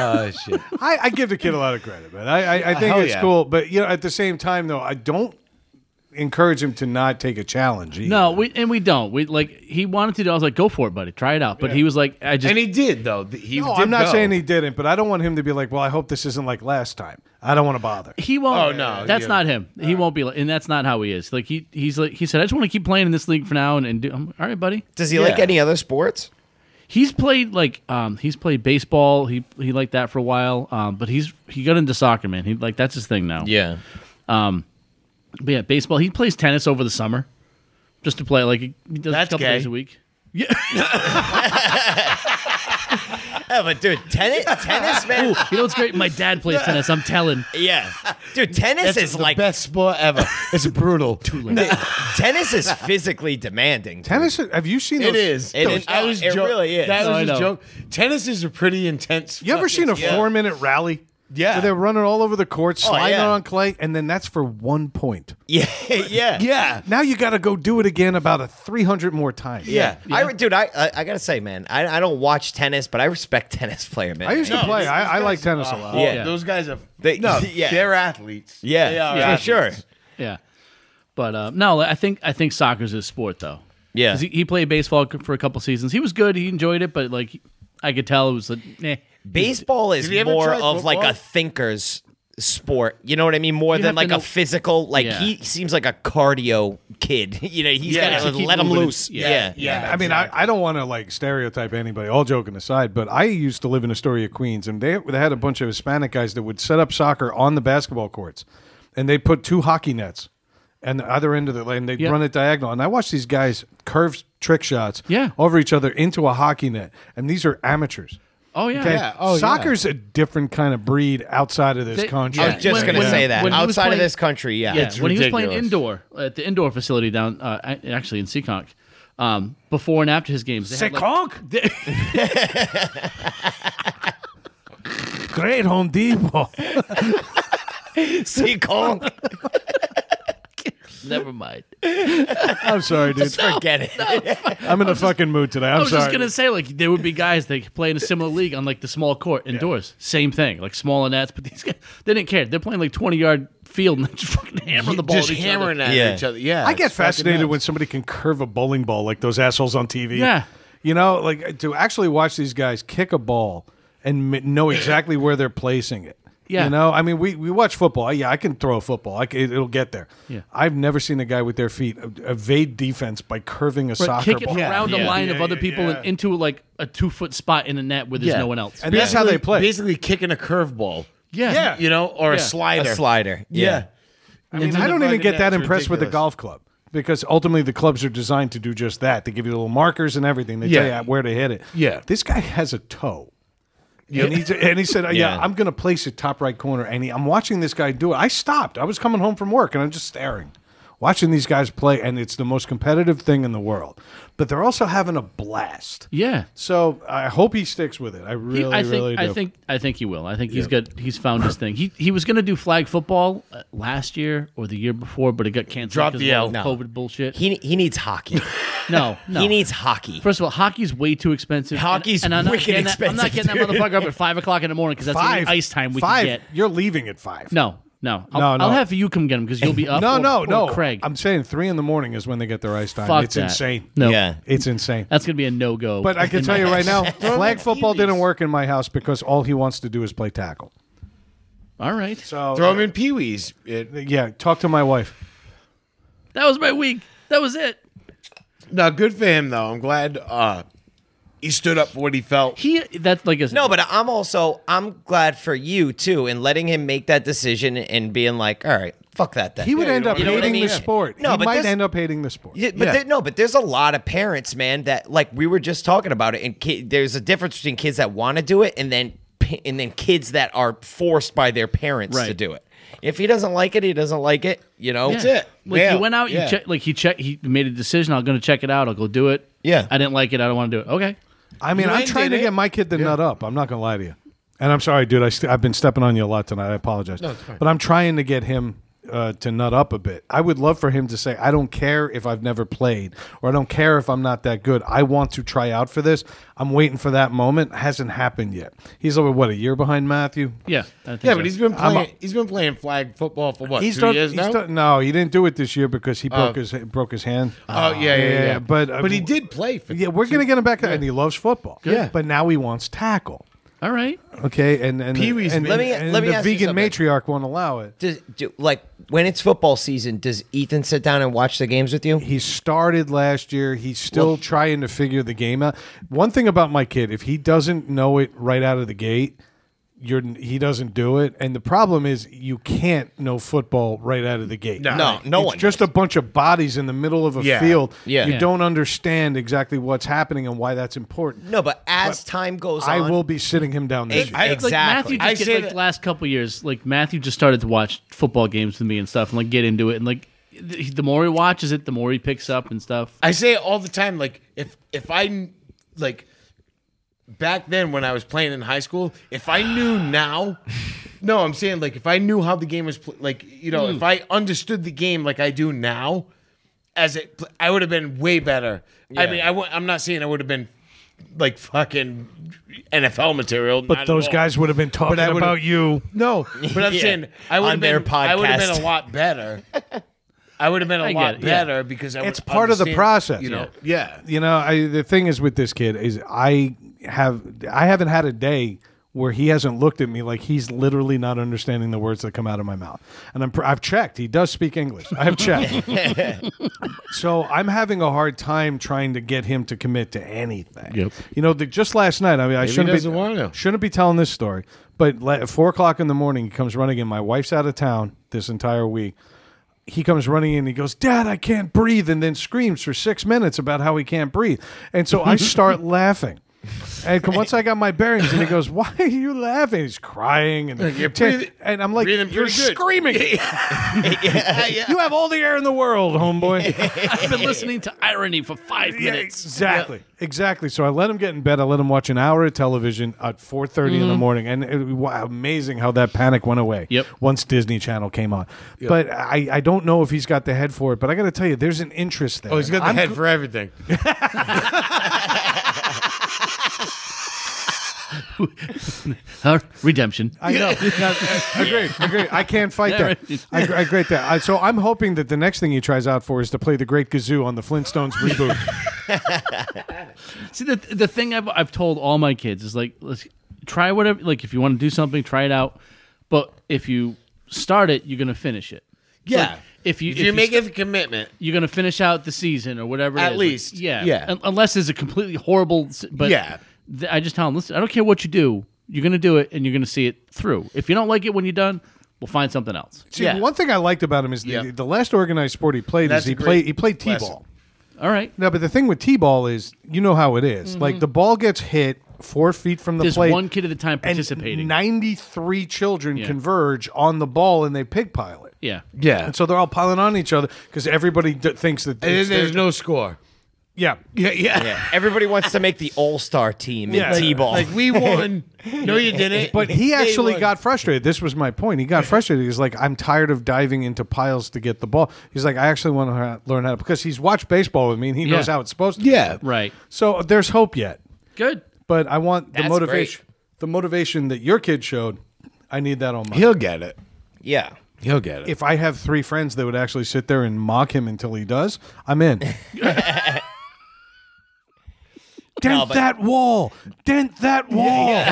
Oh shit. I, I give the kid a lot of credit, man. I, I, I think Hell it's yeah. cool. But you know, at the same time, though, I don't encourage him to not take a challenge. either. No, we and we don't. We like he wanted to do. I was like, go for it, buddy. Try it out. But he was like, I just And he did though. Th- He No, did I'm not go. saying he didn't, but I don't want him to be like, well, I hope this isn't like last time. I don't want to bother. He won't. Oh, no, that's yeah. not him. He won't be, like, and that's not how he is. Like he, he's like he said, I just want to keep playing in this league for now, and, and do. I'm, all right, buddy. Does he like Yeah. any other sports? He's played like um, he's played baseball. He he liked that for a while, um, but he's he got into soccer, man. He like that's his thing now. Yeah. but yeah, baseball. He plays tennis over the summer, just to play. Like he does That's a couple gay. days a week. Yeah, Oh, but dude, tennis, tennis, man. You know what's great? My dad plays tennis. I'm telling. Yeah, dude, tennis That's is the like best sport ever. It's brutal. tennis is physically demanding. Tennis, have you seen It those- is. It is- I was it jo- really is. That No, I was know. a joke. Tennis is a pretty intense. You ever fucking seen a sport. four minute rally? Yeah. Oh, Where they're running all over the court, sliding yeah. on clay, and then that's for one point. Yeah, yeah, Yeah. Now you got to go do it again about a 300 more times. yeah. I, dude, I, I, I gotta say, man, I, I don't watch tennis, but I respect tennis player, man. I used to play. I, I like tennis a lot. Oh, Yeah. those guys are They- no, yeah. they're athletes. yeah, They are for athletes. sure. Yeah, but uh, no, I think I think soccer's his sport though. Yeah. 'Cause he, he played baseball c- for a couple seasons. He was good. He enjoyed it, but like I could tell it was like, eh. Baseball is Did he ever more try of like football? a thinker's sport. You know what I mean? More You than have to like know- a physical. Like Yeah. he seems like a cardio kid. you know, he's Yeah. got to To keep let him moving. loose. Yeah. Yeah. Yeah. I mean, I, I don't want to like stereotype anybody. All joking aside, but I used to live in Astoria, Queens, and they, they had a bunch of Hispanic guys that would set up soccer on the basketball courts, and they put two hockey nets, and the other end of the lane they'd Yeah. run it diagonal. And I watched these guys curve trick shots, Yeah. over each other into a hockey net, and these are amateurs. Oh yeah. Okay? Yeah. Oh, yeah. soccer's a different kind of breed outside of this They- country. I I was just When- gonna when- say that when he was outside of playing- this country, yeah, Yeah, it's when he was playing ridiculous. indoor at the indoor facility down uh, a- actually in Seekonk, um, before and after his games, they had, like- Great Home Depot. See, Kong, never mind. I'm sorry, dude. forget it. I'm in a fucking mood today. I'm I was sorry. just gonna say, like, there would be guys that play in a similar league on like the small court indoors. Same thing, like smaller nets. But these guys, they didn't care. They're playing like twenty yard field and just fucking hammering the ball. Just at each hammering other. at Yeah. each other. Yeah. I get it's fucking fascinated nuts. when somebody can curve a bowling ball like those assholes on TV. Yeah. You know, like uh, to actually watch these guys kick a ball and m- know exactly where they're placing it. Yeah. You know, I mean, we, we watch football. Yeah, I can throw a football. I c- it'll get there. Yeah. I've never seen a guy with their feet ev- evade defense by curving a Right, soccer kick it ball. around a Yeah. line Yeah, of other yeah, people yeah. and into like a two foot spot in a net where there's Yeah. no one else. And that's how they play. Basically kicking a curveball. yeah, yeah. You know, or a Yeah. slider. A slider. Yeah. I mean, I don't even divided get that nets are impressed with the ridiculous. golf club because ultimately the clubs are designed to do just that. They give you little markers and everything. They Yeah. tell you where to hit it. Yeah. This guy has a toe. And, he, and he said, yeah, I'm going to place it top right corner. And he, I'm watching this guy do it. I stopped. I was coming home from work and I'm just staring, watching these guys play. And it's the most competitive thing in the world. But they're also having a blast. yeah. So I hope he sticks with it. I He- really, I think really do. I think I think he will. I think he's got he's found his thing. He he was going to do flag football uh, last year or the year before, but it got canceled. Drop 'cause the of all L. the COVID bullshit. He he needs hockey. no, no. He needs hockey. First of all, hockey's way too expensive. And- Hockey's and, I'm not wicked getting That, I'm not expensive, getting that motherfucker up at five o'clock in the morning because that's the only ice time we five, can get. You're leaving at five. No, no, I'll, No, no. I'll have you come get him because you'll be up. No, or- no, or no. Craig, I'm saying three in the morning is when they get their ice time. fuck it's that. insane. No, Yeah. It's insane. that's gonna be a no go. But I can tell you right now, flag football didn't work in my house because all he wants to do is play tackle. All right, So uh, Throw him in Pee Wee's. It- Yeah, talk to my wife. that was my week. That was it. No, good for him though. I'm glad uh, he stood up for what he felt. He that's like a No, but I'm also I'm glad for you too in letting him make that decision and being like, all right, fuck that then. He would you end know up what I hating mean? the sport. No, he but might this- end up hating the sport. Yeah, but Yeah. there- no, but there's a lot of parents, man, that like we were just talking about it, and ki- there's a difference between kids that want to do it and then p- and then kids that are forced by their parents to Right. do it. If he doesn't like it, he doesn't like it. You know, Yeah. it. Like Yeah. he went out, Yeah. he checked, like he checked, he made a decision. I'm going to check it out. I'll go do it. Yeah. I didn't like it. I don't want to do it. Okay. I mean, You I'm ain't trying did to get it. my kid to nut up. I'm not going to lie to you. And I'm sorry, dude. I st- I've been stepping on you a lot tonight. I apologize. No, it's fine. But I'm trying to get him uh, to nut up a bit. I would love for him to say, I don't care if I've never played or I don't care if I'm not that good. I want to try out for this. I'm waiting for that moment. Hasn't happened yet. He's over, what, a year behind Matthew? Yeah. I think Yeah, so. but he's been I'm playing. a- he's been playing flag football for what? He's two done, years he's now. done- no, he didn't do it this year because he broke his broke his hand. oh yeah, yeah, yeah. yeah, yeah, but, uh, but he did play for. yeah, we're gonna get him back, and he loves football. Yeah. but now he wants tackle. all right. Okay, and and Pee-wee's and, been- Let me- and let me the ask you vegan something. matriarch won't allow it. does, do, like when it's football season, does Ethan sit down and watch the games with you? He started last year. He's still trying to figure the game out. One thing about my kid, if he doesn't know it right out of the gate, you're he doesn't do it. And the problem is, you can't know football right out of the gate. No. No, no it's one. Just a bunch of bodies in the middle of a Yeah. field. Yeah. you Yeah. don't understand exactly what's happening and why that's important. no, but as time goes I on, will be sitting him down this It- year. I- Like Exactly. Matthew I just say get, like that- last couple years, like Matthew just started to watch football games with me and stuff, and like get into it, and like th- the more he watches it, the more he picks up and stuff. I say it all the time. Like if if I kn- like back then when I was playing in high school, if I knew now, no, I'm saying like if I knew how the game was pl- like you know Hmm. if I understood the game like I do now, as it pl- I would have been way better. I mean I w- I'm not saying I would have been like fucking NFL material, not but at those all. guys would have been talking I would've- about you. No, but I'm saying I would on have their been. I would have been podcast. a lot better. I would have been a I get lot it, yeah. better because I It's would part of the understand, process. you know. Yeah, you know I, the thing is with this kid is i have I haven't had a day where he hasn't looked at me like he's literally not understanding the words that come out of my mouth. And I'm pr- I've checked. He does speak English. I have checked. so I'm having a hard time trying to get him to commit to anything. Yep. You know, the, just last night, I mean, I shouldn't doesn't be wanna. shouldn't be telling this story, but la- at four o'clock in the morning, he comes running in. My wife's out of town this entire week. He comes running in. He goes, "Dad, I can't breathe," and then screams for six minutes about how he can't breathe. And so I start laughing. And c- once I got my bearings, and he goes, "Why are you laughing?" He's crying, and breathing- and I'm like, breathing "You're pretty good." screaming! You have all the air in the world, homeboy." I've been listening to irony for five minutes. Exactly, exactly. So I let him get in bed. I let him watch an hour of television at four in the morning, and it, wow, amazing how that panic went away. Mm-hmm. Yep. Once Disney Channel came on, but I, I don't know if he's got the head for it. But I got to tell you, there's an interest there. Oh, he's got the I'm head gl- for everything. Huh? Redemption. I know. Yeah, I- agreed. Agreed. I can't fight Yeah, that. I, I agree with that. I, so I'm hoping that the next thing he tries out for is to play the Great Kazoo on the Flintstones reboot. See, the, the thing I've, I've told all my kids is like, let's try whatever. Like, if you want to do something, try it out. But if you start it, you're going to finish it. It's Yeah. like, if you, If if you make st- it a commitment, you're going to finish out the season or whatever. it At is. least. Like, yeah, Yeah. Un- unless it's a completely horrible. s- But Yeah. th- I just tell them, listen, I don't care what you do, you're going to do it, and you're going to see it through. If you don't like it when you're done, we'll find something else. See, Yeah. one thing I liked about him is the, Yeah. the last organized sport he played That's is he a great played he played lesson. t-ball. All right, No, but the thing with t-ball is, you know how it is. Like the ball gets hit four feet from the Mm-hmm. there's plate. one kid at a time participating. And Ninety-three children converge on the ball and they pigpile it. yeah, yeah. And so they're all piling on each other because everybody d- thinks that And it's then there's their- no score. yeah. Yeah, yeah. Everybody wants to make the all star team Yeah, in like- T ball. Like we won. no, you didn't. But he actually won. got frustrated. This was my point. He got frustrated. He's like, I'm tired of diving into piles to get the ball. He's like, I actually want to learn how to because he's watched baseball with me and he knows Yeah. how it's supposed to. be. yeah, right, So there's hope yet. good. But I want the That's motivation. The motivation that your kid showed, I need that on mine. He'll get it. yeah. He'll get it. if I have three friends that would actually sit there and mock him until he does, I'm in. Dent but- that wall. Dent that wall.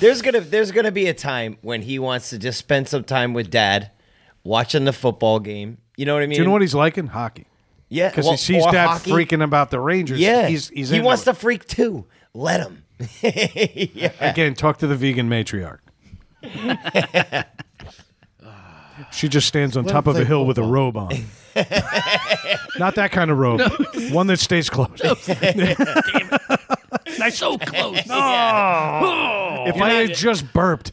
There's gonna there's gonna be a time when he wants to just spend some time with dad, watching the football game. You know what I mean? Do you know what he's liking? Hockey. yeah, Because well, he sees or dad hockey. freaking about the Rangers. Yeah, He's, he's he into wants it. to freak too. Let him. yeah. Again, talk to the vegan matriarch. she just stands on top of a hill with a robe on. Not that kind of robe. One that stays closed. so close. If I had just burped.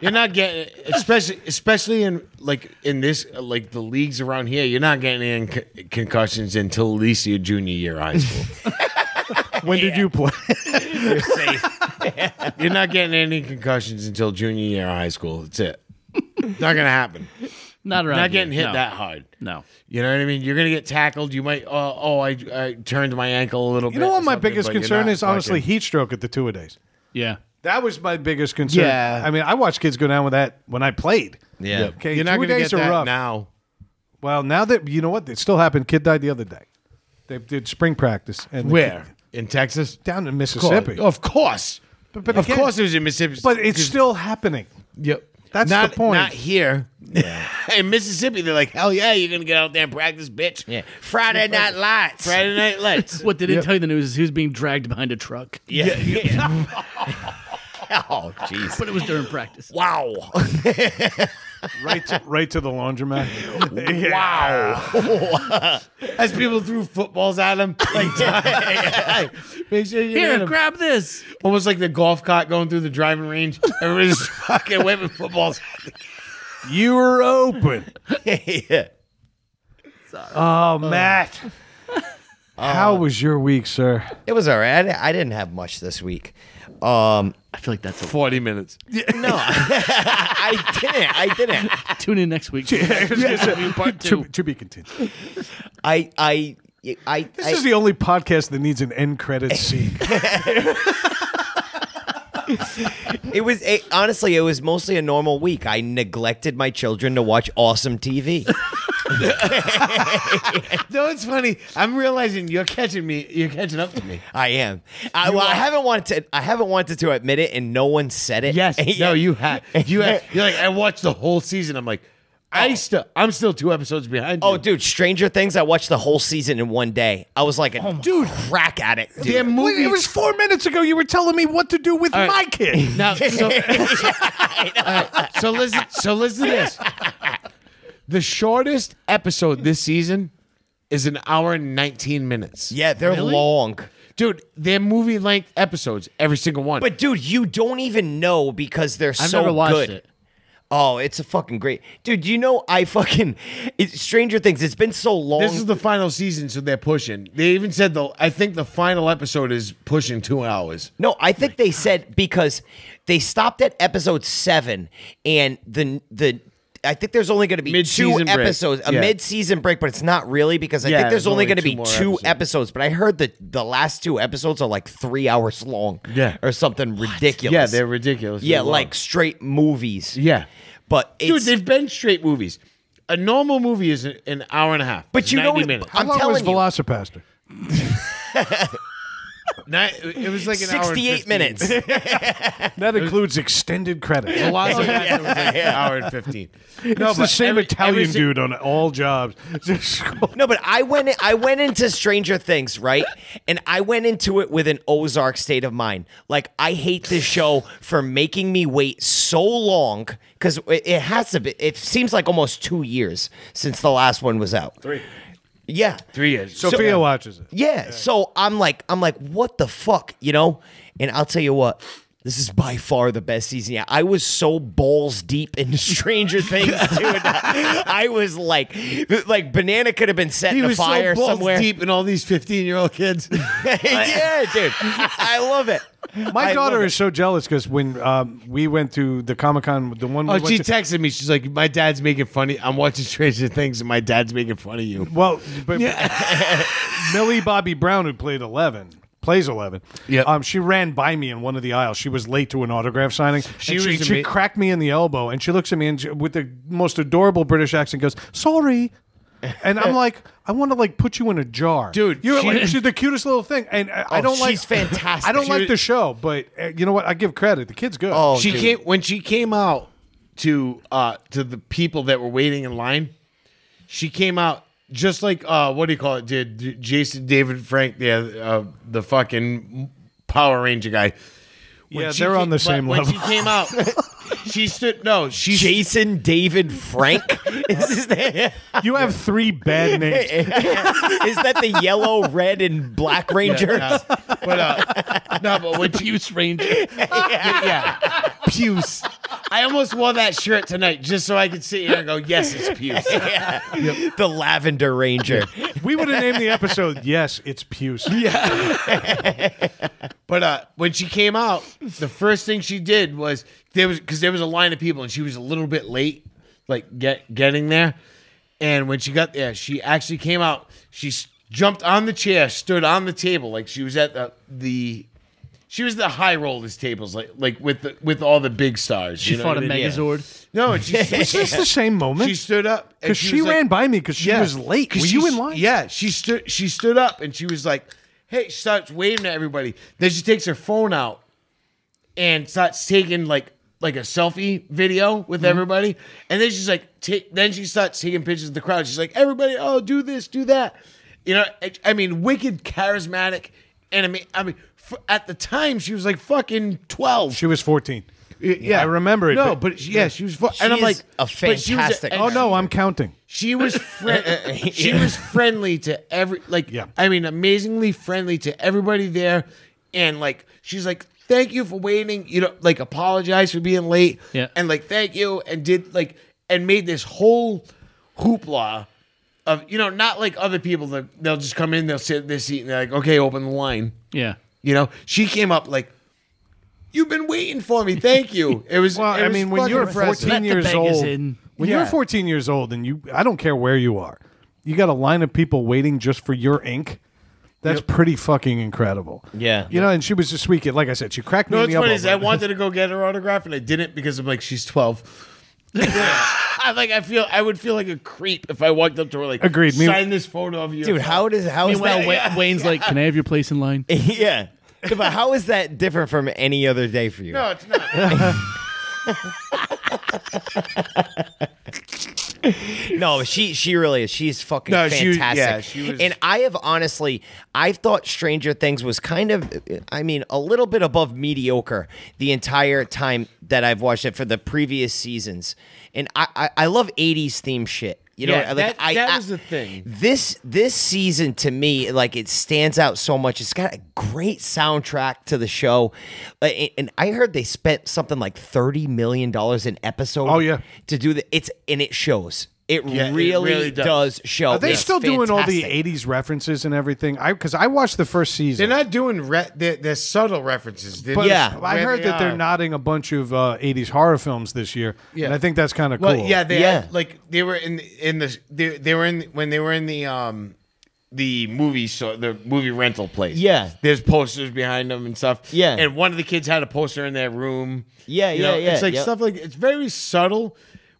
You're not getting, it, especially especially in like in this like the leagues around here. You're not getting in con- concussions until at least your junior year of high school. When did you play? you're not getting any concussions until junior year of high school. That's it. Not gonna happen. Not around. Not getting here, no. hit that hard. No. You know what I mean? You're gonna get tackled. You might. Oh, oh I, I turned my ankle a little You bit. know or what my something, biggest but you're concern not is? Honestly, fucking- heat stroke at the two a days. Yeah. That was my biggest concern. Yeah. I mean, I watched kids go down with that when I played. Yeah. Okay, you're not two gonna days get are that rough. now. Well, now that you know what, it still happened. Kid died the other day. They did spring practice and the Where Oh, kid- in Texas? down in Mississippi. Of course. But- but of again- course it was in Mississippi. But it's still happening. Yep. That's not, the point. Not here. in Mississippi, they're like, hell yeah, you're going to get out there and practice, bitch. Yeah. Friday night lights. Friday night, let's. What they didn't tell you in the news is he was being dragged behind a truck, Yeah. oh jeez. but it was during practice. Wow. right, to, right to the laundromat. Wow. As people threw footballs at him. Like, make sure you Here, hit 'em. grab this. Almost like the golf cart going through the driving range. Everybody's fucking whipping footballs. You were open. yeah. Oh, Matt. How was your week, sir? It was all right. I, di- I didn't have much this week. Um, I feel like that's a 40 minutes. I didn't. I didn't. tune in next week. Part to, two. to be continued. I. I. I. This I- is the only podcast that needs an end credit scene. it was it, honestly, it was mostly a normal week. I neglected my children to watch awesome TV. No, it's funny. I'm realizing you're catching me. You're catching up to me. I am. I, well, I haven't wanted. To, I haven't wanted to admit it, and no one said it. Yes. Yeah. No, you have. You have. You're like I watched the whole season. I'm like, I still. I'm still two episodes behind. Oh, you. dude, Stranger Things. I watched the whole season in one day. I was like a dude crack addict. Dude. damn Wait, movie. it was four minutes ago. You were telling me what to do with right. my kid. Now, so, All right, so listen. So listen to this. The shortest episode this season is an hour and 19 minutes. Yeah, they're Really? long. dude, they're movie length episodes. Every single one. But dude, you don't even know because they're I've so never watched good. it. Oh, it's a fucking great dude. You know, I fucking it, Stranger Things. It's been so long. this is the final season, so they're pushing. They even said though. I think the final episode is pushing two hours. No, I think they said because they stopped at episode seven, and the the I think there's only going to be two Mid-season break. episodes, a Yeah. mid season break, but it's not really because I Yeah, think there's, there's only, only going to two be more two episodes. episodes. But I heard that the last two episodes are like three hours long, Yeah. or something ridiculous. Yeah, they're ridiculous. yeah, They're long. like straight movies. yeah. but Dude, it's, they've been straight movies. A normal movie is an- an hour and a half. but It's you know 90 what? minutes. How I'm long was telling you, Velocipaster? Ni- it was like an hour and sixty-eight 15. minutes. That includes extended credits. Lots of that, it was like an hour and fifteen. No, It's the same every- Italian every si- dude on all jobs. Just scroll- No, but I went I went into Stranger Things, right? And I went into it with an Ozark state of mind. Like I hate this show for making me wait so long cuz it has to be it seems like almost 2 years since the last one was out. 3. Yeah. Three years. Sophia watches it. Yeah. So I'm like, I'm like, what the fuck, you know? And I'll tell you what, this is by far the best season. Yeah, I was so balls deep in Stranger Things, dude. I was like, like banana could have been set he in a was fire so balls somewhere. deep in all these fifteen-year-old kids. yeah, dude, I love it. My I daughter love it. is so jealous because when um, we went to the Comic Con, the one we oh, went she to- texted me. She's like, "My dad's making funny. I'm watching Stranger Things, and my dad's making fun of you." Well, but Millie Bobby Brown, who played Eleven, plays Eleven. Yeah. Um, she ran by me in one of the aisles. She was late to an autograph signing. and She was she, ama- cracked me in the elbow, and she looks at me and she, with the most adorable British accent goes, "Sorry." And I'm like, I want to like put you in a jar, Dude, You're she- like, she's the cutest little thing, and I, I Oh, don't like. she's fantastic. I don't She like was- the show, but uh, you know what? I give credit. The kid's good. Oh, she dude. came when she came out to uh to the people that were waiting in line. She came out just like uh what do you call it? Did did Jason David Frank the uh, the fucking Power Ranger guy? When Yeah, she they're on the but same when level. she came out, she stood. No, she Jason David Frank. is, his name? you have three bad names. is that the yellow, red, and black ranger? Uh, but uh, no, but when she Abuse Ranger. yeah, Puce. I almost wore that shirt tonight just so I could sit here and go, yes, it's Puce. The lavender ranger. We would have named the episode. Yes, it's Puce. But uh, when she came out, the first thing she did was there was because there was a line of people and she was a little bit late, like get getting there. And when she got there, she actually came out. She s- jumped on the chair, stood on the table, like she was at the the. She was the high rollers tables, like like with the, with all the big stars. She you know fought a what I mean? Yeah. Megazord. No, and she, Is this the same moment? she stood up and Because she, was like- ran by me because she was late. 'Cause Were she you s- in line? Yeah, she stood. She stood up and she was like, "Hey!" She starts waving at everybody. Then she takes her phone out and starts taking like like a selfie video with Mm-hmm. everybody. And then she's like, take. Then she starts taking pictures of the crowd. She's like, "Everybody, oh, do this, do that." You know, I, I mean, wicked charismatic, and I mean, I mean, f- at the time she was like fucking twelve. She was 14. yeah, I remember it, No, but- but, yeah, she was. Fu- and I'm is like a but she was fantastic and Oh, no, I'm counting. she was friend. she was friendly to every like. Yeah. I mean, amazingly friendly to everybody there, and like she's like, "Thank you for waiting." You know, like apologize for being late. Yeah. And like, thank you, and did like, and made this whole hoopla of you know, not like other people that they'll just come in, they'll sit at their seat, and they're like, "Okay, open the line." Yeah. You know, she came up like. You've been waiting for me. Thank you. It was. Well, it I was mean, when fucking you're 14 impressive. Let the years bangers old, in. when Yeah. you're 14 years old, and you, I don't care where you are, you got a line of people waiting just for your ink. That's pretty fucking incredible. Yeah. you know, and she was just sweet kid. Like I said, she cracked me in No, what's the elbow. funny is I but- wanted to go get her autograph and I didn't because I'm like she's 12. I like I feel I would feel like a creep if I walked up to her like Agreed, me- sign this photo of you. dude. How does how is Meanwhile, that? Wa- Wayne's like, "Can I have your place in line?" yeah, but how is that different from any other day for you? No, it's not. No, she she really is. She's fucking No, she was- fantastic. yeah, she was- And I have honestly, I thought Stranger Things was kind of, I mean, a little bit above mediocre the entire time that I've watched it for the previous seasons. And I I, I love '80s theme shit. You know, Yeah, like that- I, that I- was the thing. This this season to me, like it stands out so much. It's got a great soundtrack to the show, Uh, and, and I heard they spent something like thirty million dollars an episode. Oh, yeah. to do the it's and it shows. It Yeah, it really, really does. does. show. Are they It's still doing all the fantastic. '80s references and everything? I because I watched the first They're season. not doing re- they're, they're subtle references. They're but just Yeah. I where heard they that they're are. nodding a bunch of uh, '80s horror films this year, Yeah. and I think that's kind of Well, cool. yeah, they Yeah. had, like they were in in the they, they were in when they were in the um the movie so the movie rental place. Yeah. there's posters behind them and stuff. Yeah. and one of the kids had a poster in their room. Yeah, You yeah, know, yeah, It's like yep. stuff like it's very subtle,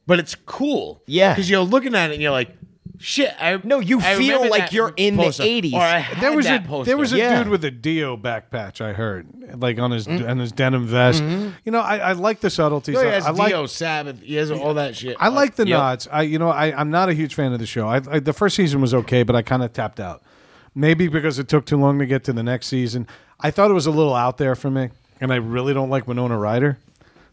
but it's cool. Yeah. because you're looking at it and you're like, shit. I No, you I feel remember like that you're in the poster, 80s. Or I had there was that a poster. there was a Yeah. dude with a Dio back patch. I heard like on his Mm. on his denim vest. Mm-hmm. You know, I, I like the subtleties. He I, has I like Oh, Dio, Sabbath. He has all that shit. I like the Yep. nods. I you know I I'm not a huge fan of the show. I, I the first season was okay, but I kind of tapped out. Maybe because it took too long to get to the next season. I thought it was a little out there for me, and I really don't like Winona Ryder.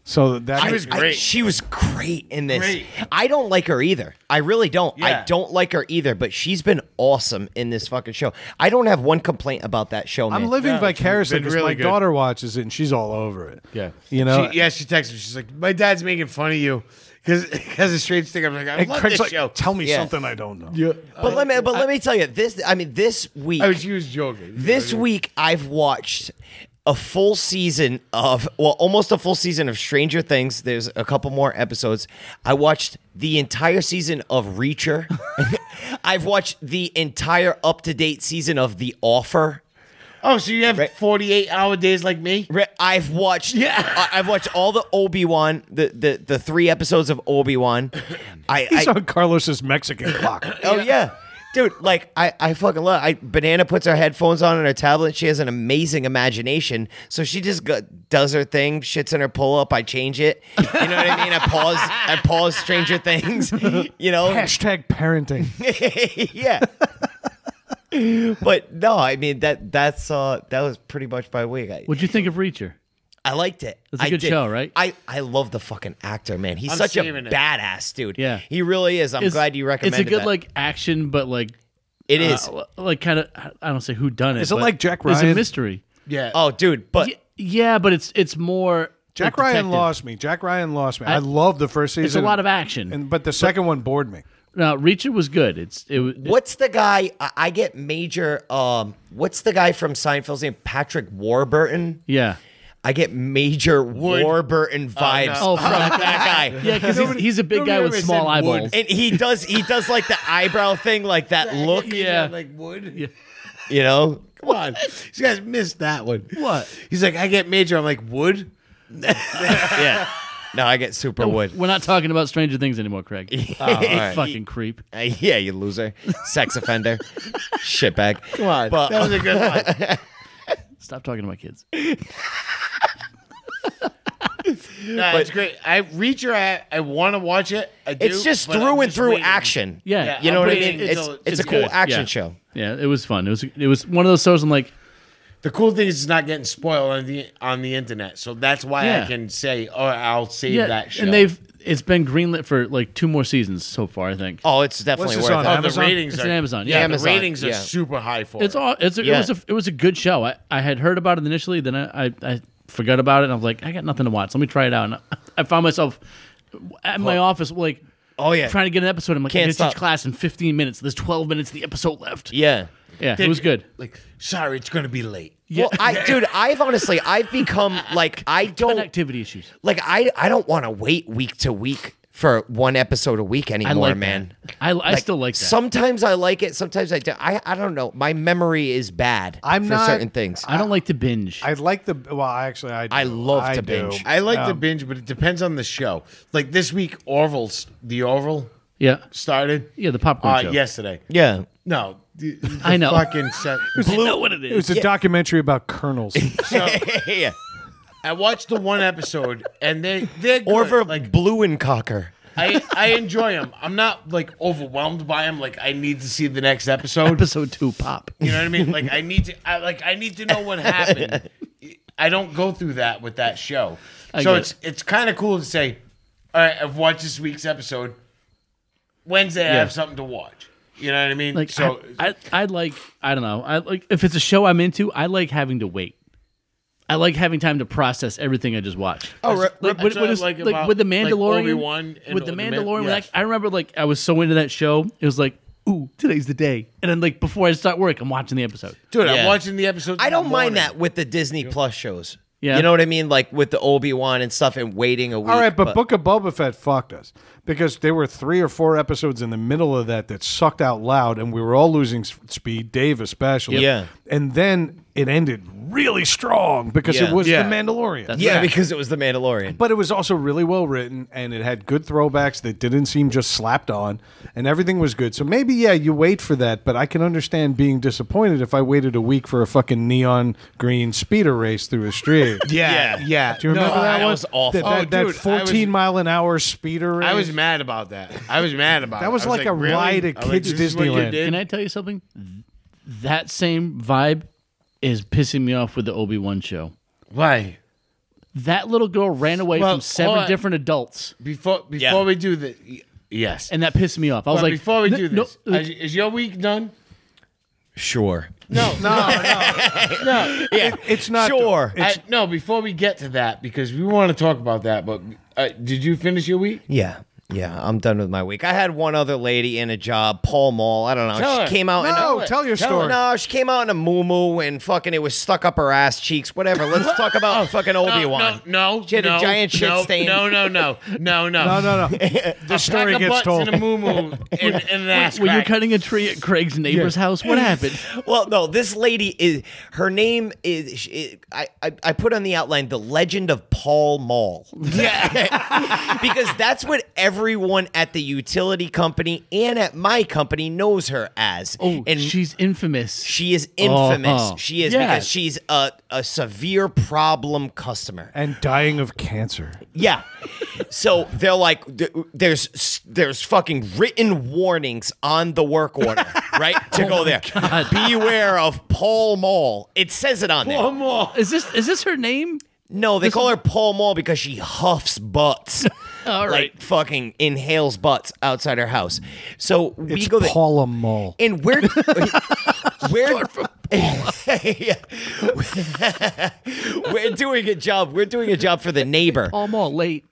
So that was I- great. she was great in this. Great. I don't like her either. I really don't. I Yeah. don't like her either. But she's been awesome in this fucking show. I don't have one complaint about that show. Man. I'm living vicariously been because really my good. daughter watches it and she's all over it. Yeah. you know. She, yeah, she texted me. She's like, "My dad's making fun of you because because of strange thing." I'm like, "I And love Craig's this like, show." tell me Yeah. something I don't know. But let me. But let me tell you this. I mean, this week. I was she was joking. This You know, week, I've watched a full season of, well, almost a full season of Stranger Things. There's a couple more episodes. I watched the entire season of Reacher. I've watched the entire up to date season of The Offer. Oh, so you have 48 hour days like me? Re- I've watched. Yeah, I- have watched all the Obi Wan, the, the the three episodes of Obi Wan. I, I He's on Carlos's Mexican clock. Oh yeah. Dude, like I, I fucking love. I banana puts her headphones on and her tablet. She has an amazing imagination, so she just go, does her thing. Shits in her pull up. I change it. You know what I mean? I pause. I pause Stranger Things. You know? Hashtag parenting. yeah. But no, I mean that that's uh that was pretty much my week. I, What'd you think of Reacher? I liked it. That's a I good did. show, right? I I love the fucking actor, man. He's I'm such a saving it. badass dude. Yeah. he really is. I'm It's- glad you recommended. It's a good that. like action, but like It is. uh, like kind of I don't say who done it. Is it but like Jack It's Ryan? a mystery. Yeah. oh, dude, but Y- Yeah, but it's it's more Jack like, Ryan detective. lost me. Jack Ryan lost me. I, love the first season. It's a lot of action. and but the second one bored me. now Reacher was good. It's it, was What's the guy? I I get major. Um, what's the guy from Seinfeld's name? Patrick Warburton. yeah. I get major Warburton vibes Oh, from that fuck. guy. Yeah, because he's, he's a big nobody guy ever with said small wood. eyeballs. And he does he does like the eyebrow thing, like that look, yeah. Like wood. you know. Come on. You guys missed that one. What? He's like, I get major. I'm like, wood? Yeah. No, I get super wood. We're not talking about Stranger Things anymore, Craig. Fucking creep. Uh, yeah, you loser, sex offender, shitbag. Come on, but That was a good one. Stop talking to my kids. Nah, it's great. I Reacher, I, I want to watch it. I do, it's just but through I'm and just through waiting. action. Yeah, Yeah, you know I'm what I waiting mean. It's until it's, a cool good. action Yeah. show. Yeah, it was fun. It was it was one of those shows. I'm like, The cool thing is it's not getting spoiled on the on the internet, so that's why Yeah. I can say, "Oh, I'll save yeah, that show." and they've it's been greenlit for like two more seasons so far. I think. Oh, it's definitely this worth on it. oh, the Amazon? ratings It's are on Amazon, Yeah, yeah. the Amazon, ratings are yeah. super high for It's it. all. It's a, Yeah. it was a it was a good show. I, I had heard about it initially, then I, I I forgot about it. and I was like, I got nothing to watch. Let me try it out. And I, I found myself at my office like. Oh, yeah. trying to get an episode. I'm like, Can't I gotta stop. teach class in 15 minutes. There's 12 minutes of the episode left. Yeah. Yeah, it was good. Like, sorry, it's gonna be late. Well, I, dude, I've honestly, I've become like I don't Connectivity issues. like I I don't want to wait week to week for one episode a week anymore, like that. man. I- I still like that. Sometimes I like it. Sometimes I don't. I, I don't know. My memory is bad I'm for not- certain things. I don't like to binge. I like the well. Actually, I do. I love I to do. binge. I like Um, the binge, but it depends on the show. Like this week, Orville's the Orville yeah, started yeah, the popcorn uh, show. yesterday. yeah. No, the- the I know. Fucking set. I know what it It was is. a documentary about colonels. So, yeah. I watched the one episode, and they they're good. Orver like Blue and Cocker. I I enjoy them. I'm not like overwhelmed by them. Like I need to see the next episode. Episode two pop. You know what I mean? Like I need to, I, like I need to know what happened. I don't go through that with that show, so get it's it's kind of cool to say, all right, I've watched this week's episode. Wednesday, I have something to watch. You know what I mean? Like so, I, I, I like I don't know. I like if it's a show I'm into, I like having to wait. I like having time to process everything I just watched. Oh, re- like, That's what, what what I is, uh, like like, about, with the like, Mandalorian, Obi-Wan and with the the Man- Mandalorian. yeah. like, I remember, like I was so into that show. It was like, ooh, today's the day. And then, like before I start work, I'm watching the episode. dude, I'm Yeah. watching the episode. I in the don't mind morning. that with the Disney Plus shows. Yeah. You know what I mean? Like with the Obi Wan and stuff and waiting a week. All right, but, Book of Boba Fett fucked us because there were three or four episodes in the middle of that that sucked out loud, and we were all losing s- speed. Dave especially. Yeah. And then it ended really strong because Yeah. it was Yeah. the Mandalorian. yeah, because it was the Mandalorian. but it was also really well written, and it had good throwbacks that didn't seem just slapped on, and everything was good. So maybe yeah, you wait for that, but I can understand being disappointed if I waited a week for a fucking neon green speeder race through a street. Yeah, Yeah. yeah. Do you remember No, that, that one? was awful. That, that, Oh, that dude, I 14 was- mile an hour speeder race. I was mad about that. I was mad about That it. was I like a really? ride at I was like, kids' this is what you Disneyland. did? Can I tell you something? Th- That same vibe is pissing me off with the Obi Wan show. Why? That little girl ran away Well, from seven hold on. different adults, Before before we do the y- yes. and that pissed me off. I was But like, before we "N- do no, this, like, is, is your week done? sure. No, no, Yeah. It's not Sure. It's, I- no, before we get to that, because we want to talk about that, but uh, did you finish your week? Yeah. Yeah, I'm done with my week. I had one other lady in a job, Paul Mall. I don't know. Tell she her. came out in no, a, tell, it. your Tell story. No, she came out in a moo and fucking it was stuck up her ass cheeks, whatever. Let's talk about fucking Obi Wan. No, no, She had a no, giant shit no, stain. No, no, no, no, no, No, no, no. The story gets told. In a moo moo and, and an ass were you crack. cutting a tree at Craig's neighbor's house? What happened? Well, no, this lady is her name is she, I, I I put on the outline the legend of Paul Mall. Yeah. because that's what everyone at the utility company and at my company knows her as. Oh, and she's infamous. she is infamous. Uh-huh. She is Yeah. because she's a, a severe problem customer. And dying of cancer. Yeah. So they're like, th- there's there's fucking written warnings on the work order, right? Oh To go there. Beware of Paul Mall. It says it on there. is this is this her name? No, they call her Paul Mall because she huffs butts. All right. Like fucking inhales butts outside her house. So we It's go there. Paula Mull. And where, where, yeah. we're doing a job. We're doing a job for the neighbor, Oh, I'm all late.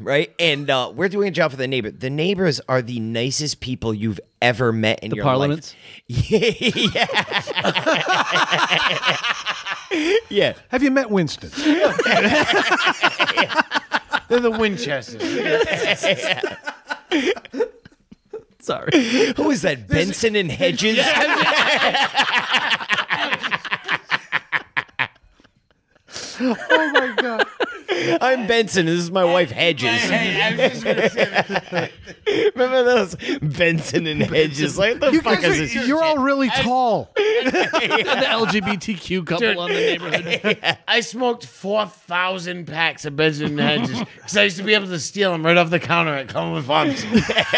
right? And uh, we're doing a job for the neighbor. The neighbors are the nicest people you've ever met in your Parliaments? life. yeah, yeah. Have you met Winston? They're the Winchesters. Sorry. Who is that? Benson and Hedges. oh my god. I'm Benson. This is my wife Hedges. hey, I was just gonna say that. Remember those Benson and Hedges? Like the You fuck guys is are- this? you're all really tall. the LGBTQ couple on the neighborhood. I smoked four thousand packs of Benson and Hedges because I used to be able to steal them right off the counter at Cumberland Farms.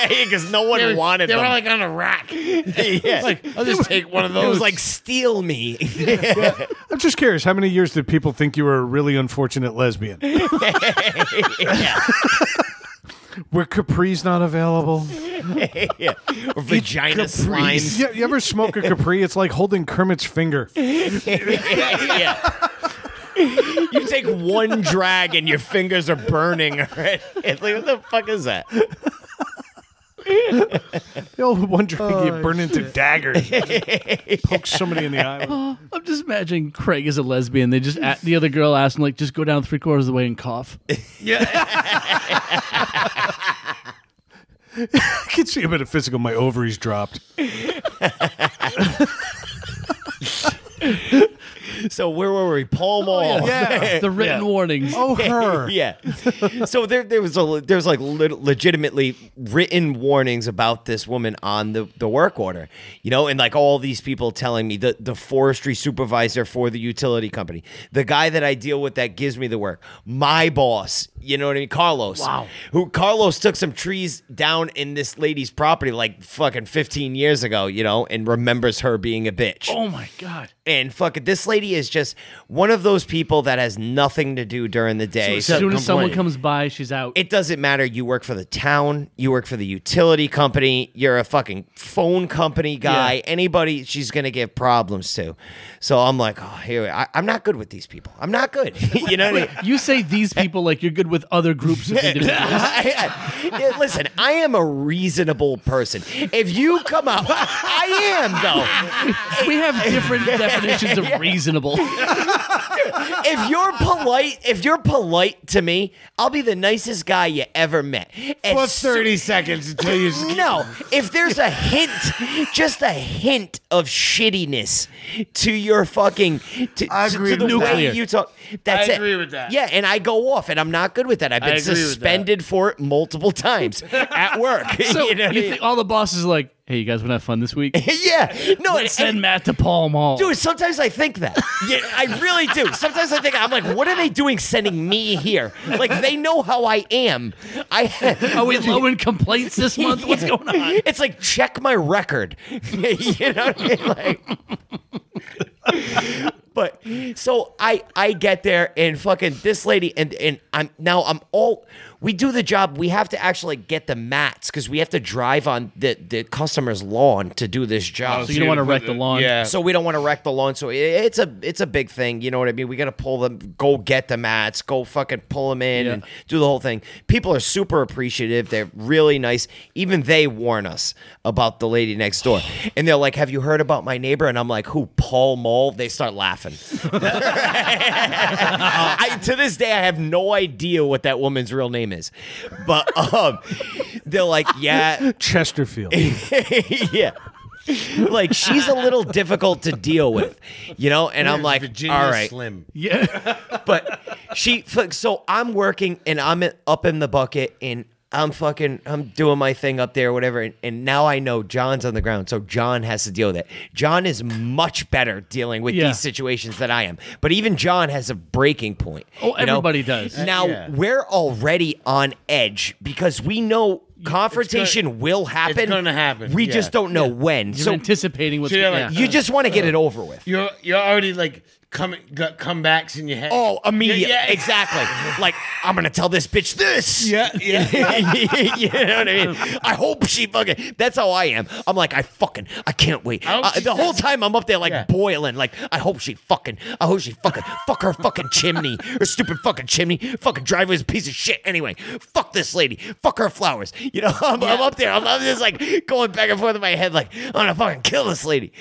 Because no one They were, wanted they them. were like on a rack. yeah. Like, I'll just take one of those. It was like steal me. I'm just curious, how many years did people think you were a really unfortunate lesbian? Were capris not available? yeah. Or vagina slimes. You, you ever smoke a capri? It's like holding Kermit's finger. yeah. You take one drag and your fingers are burning. Right? Like, what the fuck is that? The old one drink, you burn into daggers. Oh, Poke somebody in the eye. with- I'm just imagining Craig is a lesbian. They just a the other girl asked him like, just go down three quarters of the way and cough. yeah. I can see a bit of physical. My ovaries dropped. So where were we? Pall Mall. Eh, Yeah. the written warnings. Oh, her. yeah. So there, there was a, there was like lit- legitimately written warnings about this woman on the, the work order, you know, and like all these people telling me the the forestry supervisor for the utility company, the guy that I deal with that gives me the work, my boss, you know what I mean, Carlos. Wow. Who Carlos took some trees down in this lady's property like fucking 15 years ago, you know, and remembers her being a bitch. Oh my god. And fucking this lady is just one of those people that has nothing to do during the day. As So- soon as someone complaint. comes by, she's out. Eh, it doesn't matter. You work for the town, you work for the utility company, you're a fucking phone company guy. Yeah. Anybody she's gonna give problems to. So I'm like, oh, here I, I'm not good with these people. I'm not good. you know what I mean? you say these people like you're good with other groups of individuals. I- I- yeah, listen, I am a reasonable person. If you come out, I am though. we have different definitions of reasonable. if you're polite, if you're polite to me, I'll be the nicest guy you ever met. As Plus soo- 30 seconds until you. No, if there's a hint, just a hint of shittiness to your fucking to, I to- agree to the with way that. you talk. That's I it. agree with that. Yeah, and I go off, and I'm not good with that. I've I been agree with that. suspended for it multiple times at work. So you you, know what I mean? think all the bosses are like, hey, you guys want to have fun this week? yeah, no, and, and- Send Matt to Paul Mall. Dude, sometimes I think that. Yeah, I really do. Sometimes I think I'm like, what are they doing sending me here? Like they know how I am. I Oh, are we low in complaints this month? What's going on? It's like check my record. you know what I mean? Like But so I I get there and fucking this lady and and I'm now I'm all we do the job. We have to actually get the mats because we have to drive on the the customer's lawn to do this Oh, job. So you don't want to wreck the lawn. Yeah. So we don't want to wreck the lawn. So it- it's a it's a big thing. You know what I mean? We got to pull them, go get the mats, go fucking pull them in, Yeah. and do the whole thing. People are super appreciative. They're really nice. Even they warn us about the lady next door, and they're like, "Have you heard about my neighbor?" And I'm like, "Who? Paul Mall?" They start laughing. I, to this day, I have no idea what that woman's real name is, but um, they're like, "Yeah, Chesterfield. yeah. like she's a little difficult to deal with, you know. And I'm like, Virginia all right, Slim. Yeah. but she. fuck, So I'm working and I'm in- up in the bucket and I'm fucking. I'm doing my thing up there, whatever. And, and now I know John's on the ground, so John has to deal with it. John is much better dealing with Yeah. these situations than I am. But even John has a breaking point. Oh, you know? everybody does. Now yeah. we're already on edge because we know confrontation will happen. gonna happen, We yeah. just don't know when. You're so anticipating what's So you're going like, on. you just want to get it over with. You're you're already like coming got comebacks in your head. Oh, immediate. Yeah, yeah. Exactly. like, I'm going to tell this bitch this. yeah, yeah. you know what I mean? I hope she fucking. That's how I am. I'm like, I fucking, I can't wait. hope Uh, she the whole time I'm up there like Yeah. boiling. Like, I hope she fucking, I hope she fucking, fuck her fucking chimney, her stupid fucking chimney. Fucking driver is a piece of shit. Anyway, fuck this lady. Fuck her flowers. You know, I'm, I'm up there. I'm, I'm just like going back and forth in my head. Like, I'm gonna fucking kill this lady.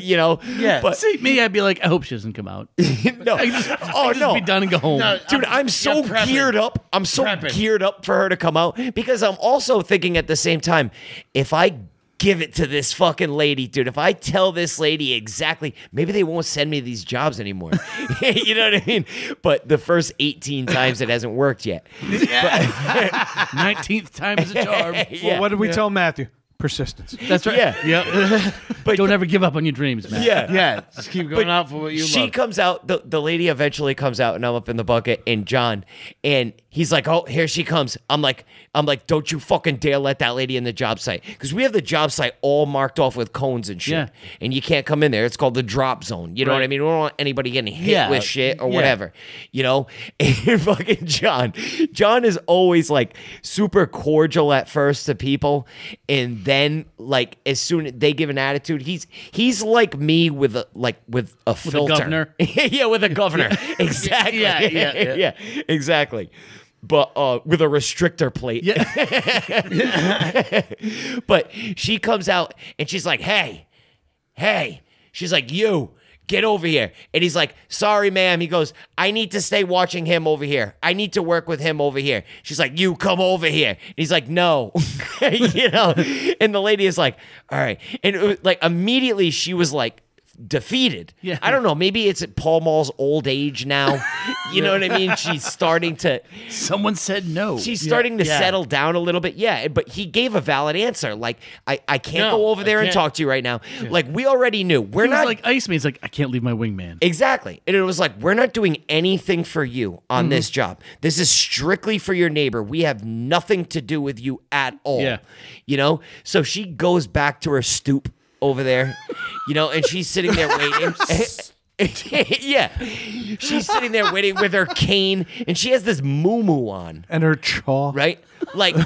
you know? Yeah. But See, me, I'd be like, I hope she doesn't come out. no. I just, oh I just no. be done and go home. No, Dude, I'm so you're prepping. geared up. I'm so Prepping. geared up for her to come out because I'm also thinking at the same time, if I give it to this fucking lady, dude, if I tell this lady exactly, maybe they won't send me these jobs anymore. you know what I mean? But the first 18 times it hasn't worked yet. 19th time is a charm. Yeah. Well, what did we tell Matthew? Persistence. That's right. Yeah. yeah. But- Don't ever give up on your dreams, Matt. yeah. Yeah, just keep going out for what you she love. comes out the, the lady eventually comes out and i'm up in the bucket and john and he's like oh here she comes i'm like i'm like don't you fucking dare let that lady in the job site because we have the job site all marked off with cones and shit Yeah. and you can't come in there it's called the drop zone you know what i Right. mean we don't want anybody getting hit Yeah. with shit or Yeah. whatever you know and fucking john john is always like super cordial at first to people and then like as soon as they give an attitude he's he's like me with a like with a filter governor? yeah, with a governor. exactly. Yeah, yeah, yeah. yeah, exactly. But uh, with a restrictor plate. Yeah. But she comes out and she's like, hey, hey. She's like, you, get over here. And he's like, sorry, ma'am. He goes, I need to stay watching him over here. I need to work with him over here. She's like, you come over here. And he's like, no, you know? And the lady is like, all right. And it was, like immediately she was like, defeated. Yeah. I don't know. Maybe it's at Paul Mall's old age now. you know what I mean? She's starting to Someone said no. she's starting to Yeah. settle down a little bit. Yeah, but he gave a valid answer. Like, I, I can't No, go over I there and can't. talk to you right now. Like, we already knew. We're He was not like ice me. He's like, I can't leave my wingman. Exactly. And it was like, we're not doing anything for you on Mm-hmm. this job. This is strictly for your neighbor. We have nothing to do with you at all. Yeah. You know? So she goes back to her stoop over there, you know, and she's sitting there waiting. yeah. She's sitting there waiting with her cane and she has this moo on, and her chaw. right? Like,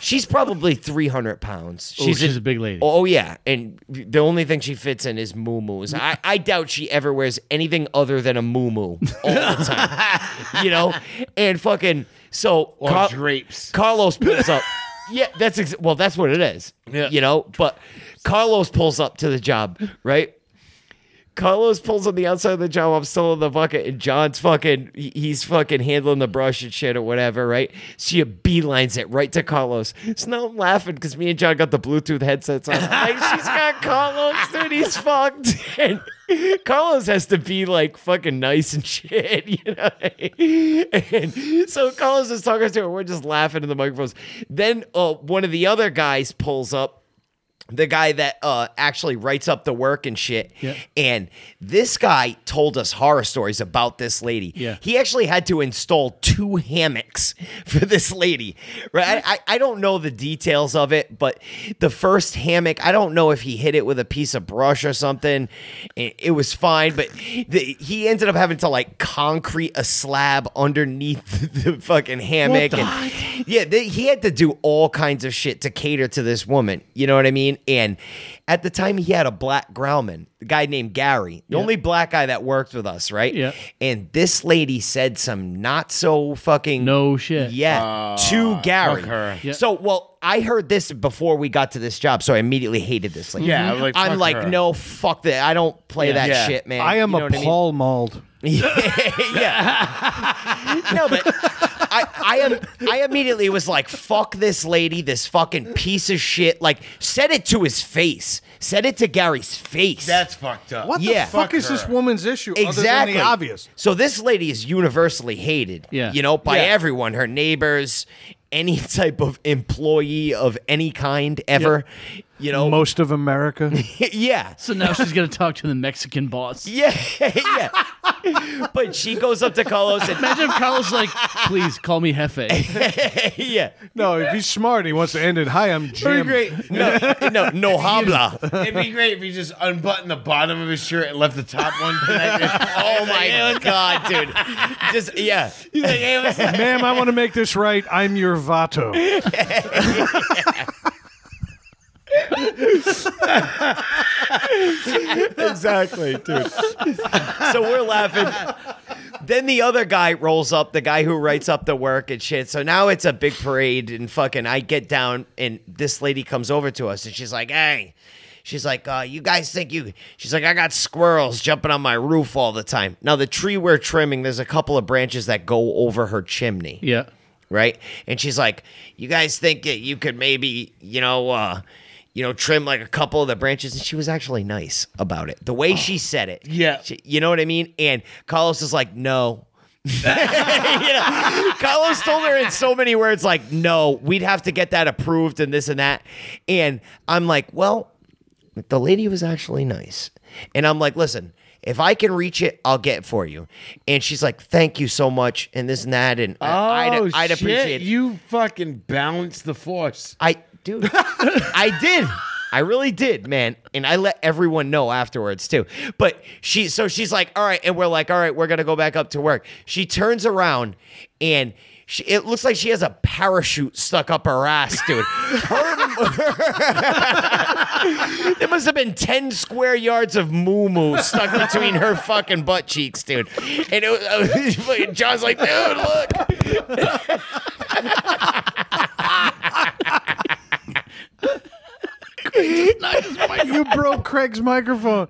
she's probably 300 pounds. Oh, she's a big lady. Oh yeah, and the only thing she fits in is muumuus. I, I doubt she ever wears anything other than a muumu all the time. you know, and fucking so Or Car- drapes. Carlos pulls up. Yeah, that's ex- well, that's what it is. Yeah. You know, but Carlos pulls up to the job, right? Carlos pulls on the outside of the job. I'm still in the bucket, and John's fucking, he- he's fucking handling the brush and shit or whatever, right? She beelines it right to Carlos. So now I'm laughing because me and John got the Bluetooth headsets on. Like, she's got Carlos, dude. He's fucked. And Carlos has to be like fucking nice and shit, you know? And so Carlos is talking to her. We're just laughing in the microphones. Then uh, one of the other guys pulls up the guy that uh, actually writes up the work and shit. And this guy told us horror stories about this lady. Yeah. He actually had to install two hammocks for this lady. Right. I, I, I don't know the details of it, but the first hammock, I don't know if he hit it with a piece of brush or something. It, it was fine, but the, he ended up having to like concrete a slab underneath the fucking hammock. What the- and, yeah, they, he had to do all kinds of shit to cater to this woman. You know what I mean? And at the time, he had a black growlman, a guy named Gary, the only black guy that worked with us, right? Yeah. And this lady said some not so fucking No shit. yeah to Gary. Ah, fuck her. Yeah. So, well, I heard this before we got to this job, so I immediately hated this lady. Yeah, like, I'm fuck like, her. no, fuck that. I don't play that Yeah. shit, man. I am You know a what mean? Paul mauled. yeah. no, but I, I am. I immediately was like, "Fuck this lady, this fucking piece of shit!" Like, said it to his face. Said it to Gary's face. That's fucked up. What Yeah. the fuck, Fuck is this her. woman's issue? Other exactly than the obvious. So this lady is universally hated. Yeah. you know, by Yeah. everyone, her neighbors, any type of employee of any kind ever. You know, Most of America. yeah. So now she's gonna talk to the Mexican boss. Yeah, yeah. but she goes up to Carlos and Imagine if Carlos like, please call me Hefe. yeah, no, if he's smart, he wants to end it. Hi, I'm It'd Jim. be great. no, no, no habla. It'd be great if he just unbuttoned the bottom of his shirt and left the top one connected. Oh my god, dude! Just yeah, Ma'am, I want to make this right. I'm your Vato. exactly, dude. so we're laughing. Then the other guy rolls up, the guy who writes up the work and shit. So now it's a big parade, and fucking, I get down, and this lady comes over to us, and she's like, "Hey." She's like, uh, you guys think you? She's like, I got squirrels jumping on my roof all the time. Now the tree we're trimming, there's a couple of branches that go over her chimney. yeah. right? And she's like, "You guys think that you could maybe, you know, uh, you know, trim like a couple of the branches?" And she was actually nice about it. The way she said it, Yeah. She- you know what I mean. And Carlos is like, "No." you know, Carlos told her in so many words, like, no, we'd have to get that approved and this and that. And I'm like, well, the lady was actually nice. And I'm like, listen, if I can reach it, I'll get it for you. And she's like, thank you so much, and this and that. And I- I'd, I'd Oh, shit. appreciate it. You fucking balance the force. I, dude, I did. I really did, man. And I let everyone know afterwards too. But she, so she's like, all right. And we're like, all right, we're going to go back up to work. She turns around and she, it looks like she has a parachute stuck up her ass, dude. Her- there must have been 10 square yards of moo moo stuck between her fucking butt cheeks, dude. And it was, John's like, dude, look. You broke Craig's microphone.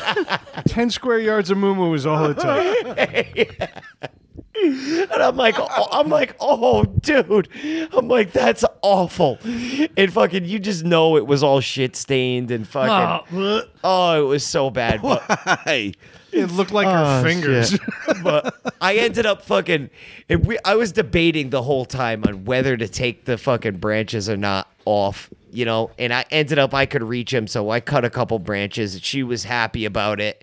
Ten square yards of moo is all it took. And I'm like, oh, I'm like, oh, dude. I'm like, that's awful. And fucking, you just know it was all shit stained and fucking. Oh, Oh, it was so bad. But, Hey, It looked like Oh, her fingers. but I ended up fucking. It, we, I was debating the whole time on whether to take the fucking branches or not off, you know. And I ended up I could reach him, so I cut a couple branches. And she was happy about it.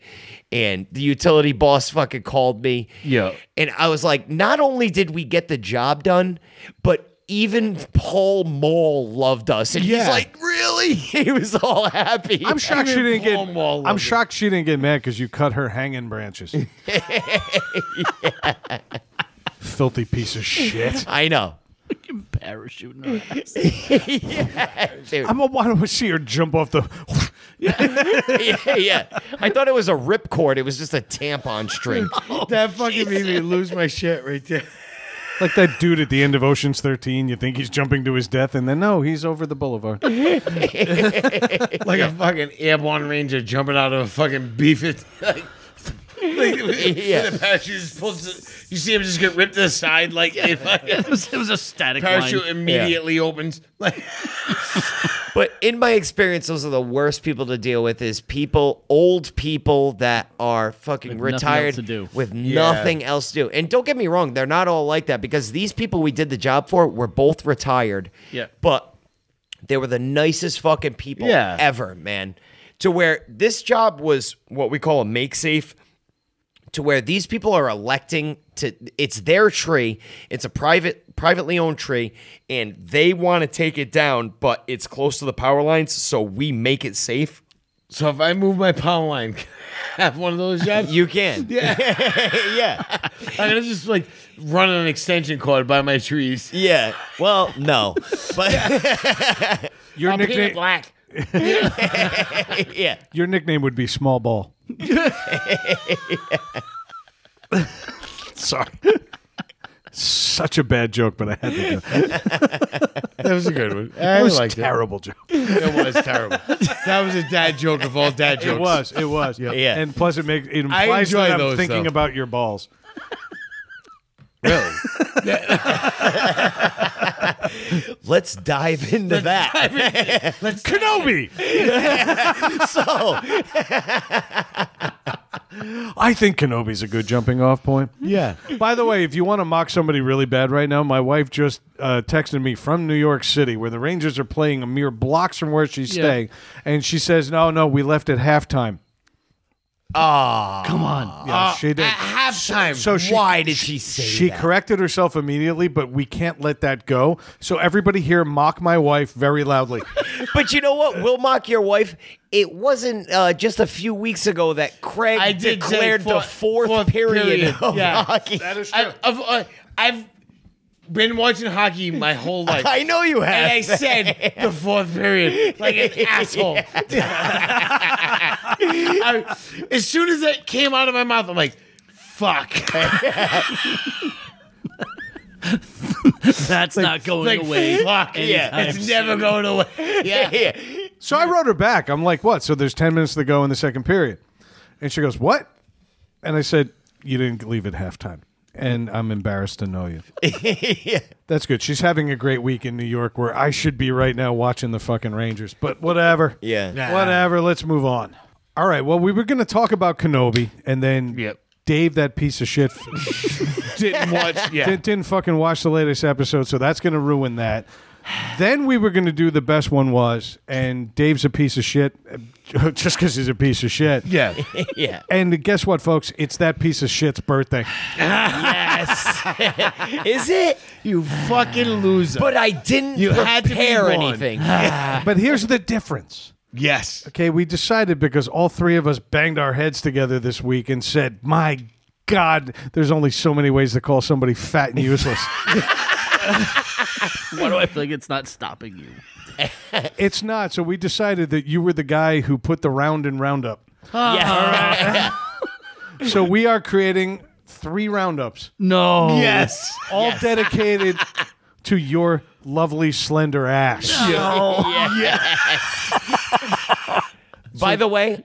And the utility boss fucking called me. Yeah. And I was like, not only did we get the job done, but even Paul Mall loved us. And he's Yeah. like, really? He was all happy. I'm shocked she didn't get. Cornwall I'm loved it. shocked she didn't get mad because you cut her hanging branches. Filthy piece of shit. I know. fucking parachute. in her ass. Dude. I'm a want to see her jump off the. yeah, yeah. I thought it was a ripcord. It was just a tampon string. that fucking made me lose my shit right there. Like that dude at the end of Ocean's 13, you think he's jumping to his death, and then no, he's over the boulevard. Like a fucking airborne ranger jumping out of a fucking beef it. Like, yeah. the parachute just pulls it- you see him just get ripped to the side like if fucking it, was, it was a static parachute line. immediately opens. Like But in my experience, those are the worst people to deal with is people, old people that are fucking With nothing retired else to do. with nothing else to do. And don't get me wrong, they're not all like that because these people we did the job for were both retired. Yeah. But they were the nicest fucking people Yeah. ever, man. To where this job was what we call a make safe. to where these people are electing to it's their tree it's a private privately owned tree and they want to take it down but it's close to the power lines so we make it safe so if I move my power line, can I have one of those jobs. you can yeah I'm gonna just like run an extension cord by my trees. yeah well no but Your I'll paint it nickname, black. yeah your nickname would be Small Ball. Sorry. Such a bad joke, but I had to do it. That was a good one. It I was liked it. terrible joke. It was terrible. That was a dad joke of all dad jokes. It was. It was. Yeah. Yeah. And plus, it makes it I implies enjoy that I'm those, thinking though. about your balls. really. let's dive into that Kenobi. so I think Kenobi's a good jumping off point. Yeah. By the way, if you want to mock somebody really bad right now, my wife just uh, texted me from New York City, where the Rangers are playing a mere blocks from where she's Yeah. staying, and she says, "No, no, we left at halftime." Come Ah. on. Yeah, she did. At halftime. So she, why did she say she that corrected herself immediately, but we can't let that go. So everybody here mock my wife very loudly. but you know what we'll mock your wife it wasn't uh, just a few weeks ago that craig I did say declared the four- fourth, fourth period, period. of Yeah. hockey I, I've, uh, I've been watching hockey my whole life. i know you have and I said the fourth period like an asshole. I- as soon as that came out of my mouth, I'm like, fuck. That's not going Like, away. fuck. anytime Yeah. It's never going away. Yeah. So I wrote her back. I'm like, what? So there's 10 minutes to go in the second period. And she goes, what? And I said, you didn't leave at halftime. And I'm embarrassed to know you. That's good. She's having a great week in New York where I should be right now watching the fucking Rangers. But whatever. Yeah. Nah. Whatever. Let's move on. All right. Well, we were going to talk about Kenobi and then Yep. Dave, that piece of shit, Didn't watch. Yeah. didn't, didn't fucking watch the latest episode. So that's going to ruin that. Then we were going to do the best one was, and Dave's a piece of shit just because he's a piece of shit. yeah. yeah And guess what, folks? It's that piece of shit's birthday. Is it? You fucking loser. But I didn't You prepare had to be one. anything. But here's the difference. yes. Okay, we decided because all three of us banged our heads together this week and said, my God, there's only so many ways to call somebody fat and useless. Why do I feel like it's not stopping you? it's not. So we decided that you were the guy who put the round in Roundup. Uh, So we are creating three Roundups. No. Yes. all dedicated to your lovely slender ass. yes. By the way,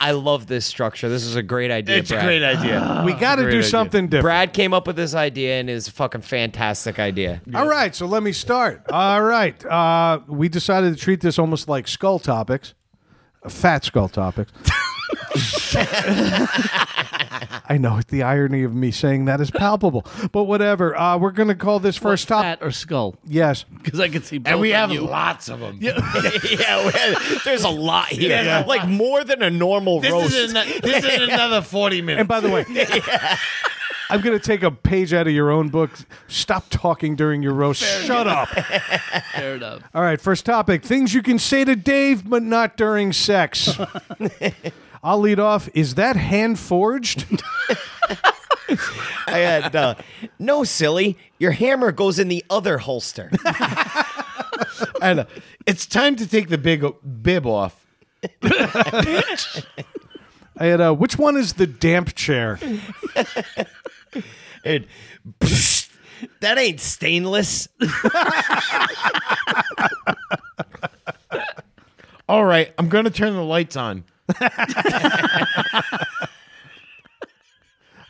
I love this structure. This is a great idea, It's Brad. a great Uh, idea. We got to Great do idea. something different. Brad came up with this idea and is a fucking fantastic idea. All right, so let me start. All right, uh, we decided to treat this almost like skull topics, uh, fat skull topics. I know the irony of me saying that is palpable, but whatever. Uh, we're going to call this first topic. Fat or skull? Yes, Because I can see. Both and we on have you. lots of them. yeah, we- there's a lot here. Like more than a normal This, roast. is an, this is another 40 minutes. and by the way. I'm going to take a page out of your own book. Stop talking during your roast. Shut up. Fair enough. All right, first topic things you can say to Dave, but not during sex. I'll lead off. Is that hand forged? I had, uh, no, silly. Your hammer goes in the other holster. I know. It's time to take the big bib off. I had uh, which one is the damp chair? And that ain't stainless. All right, I'm going to turn the lights on.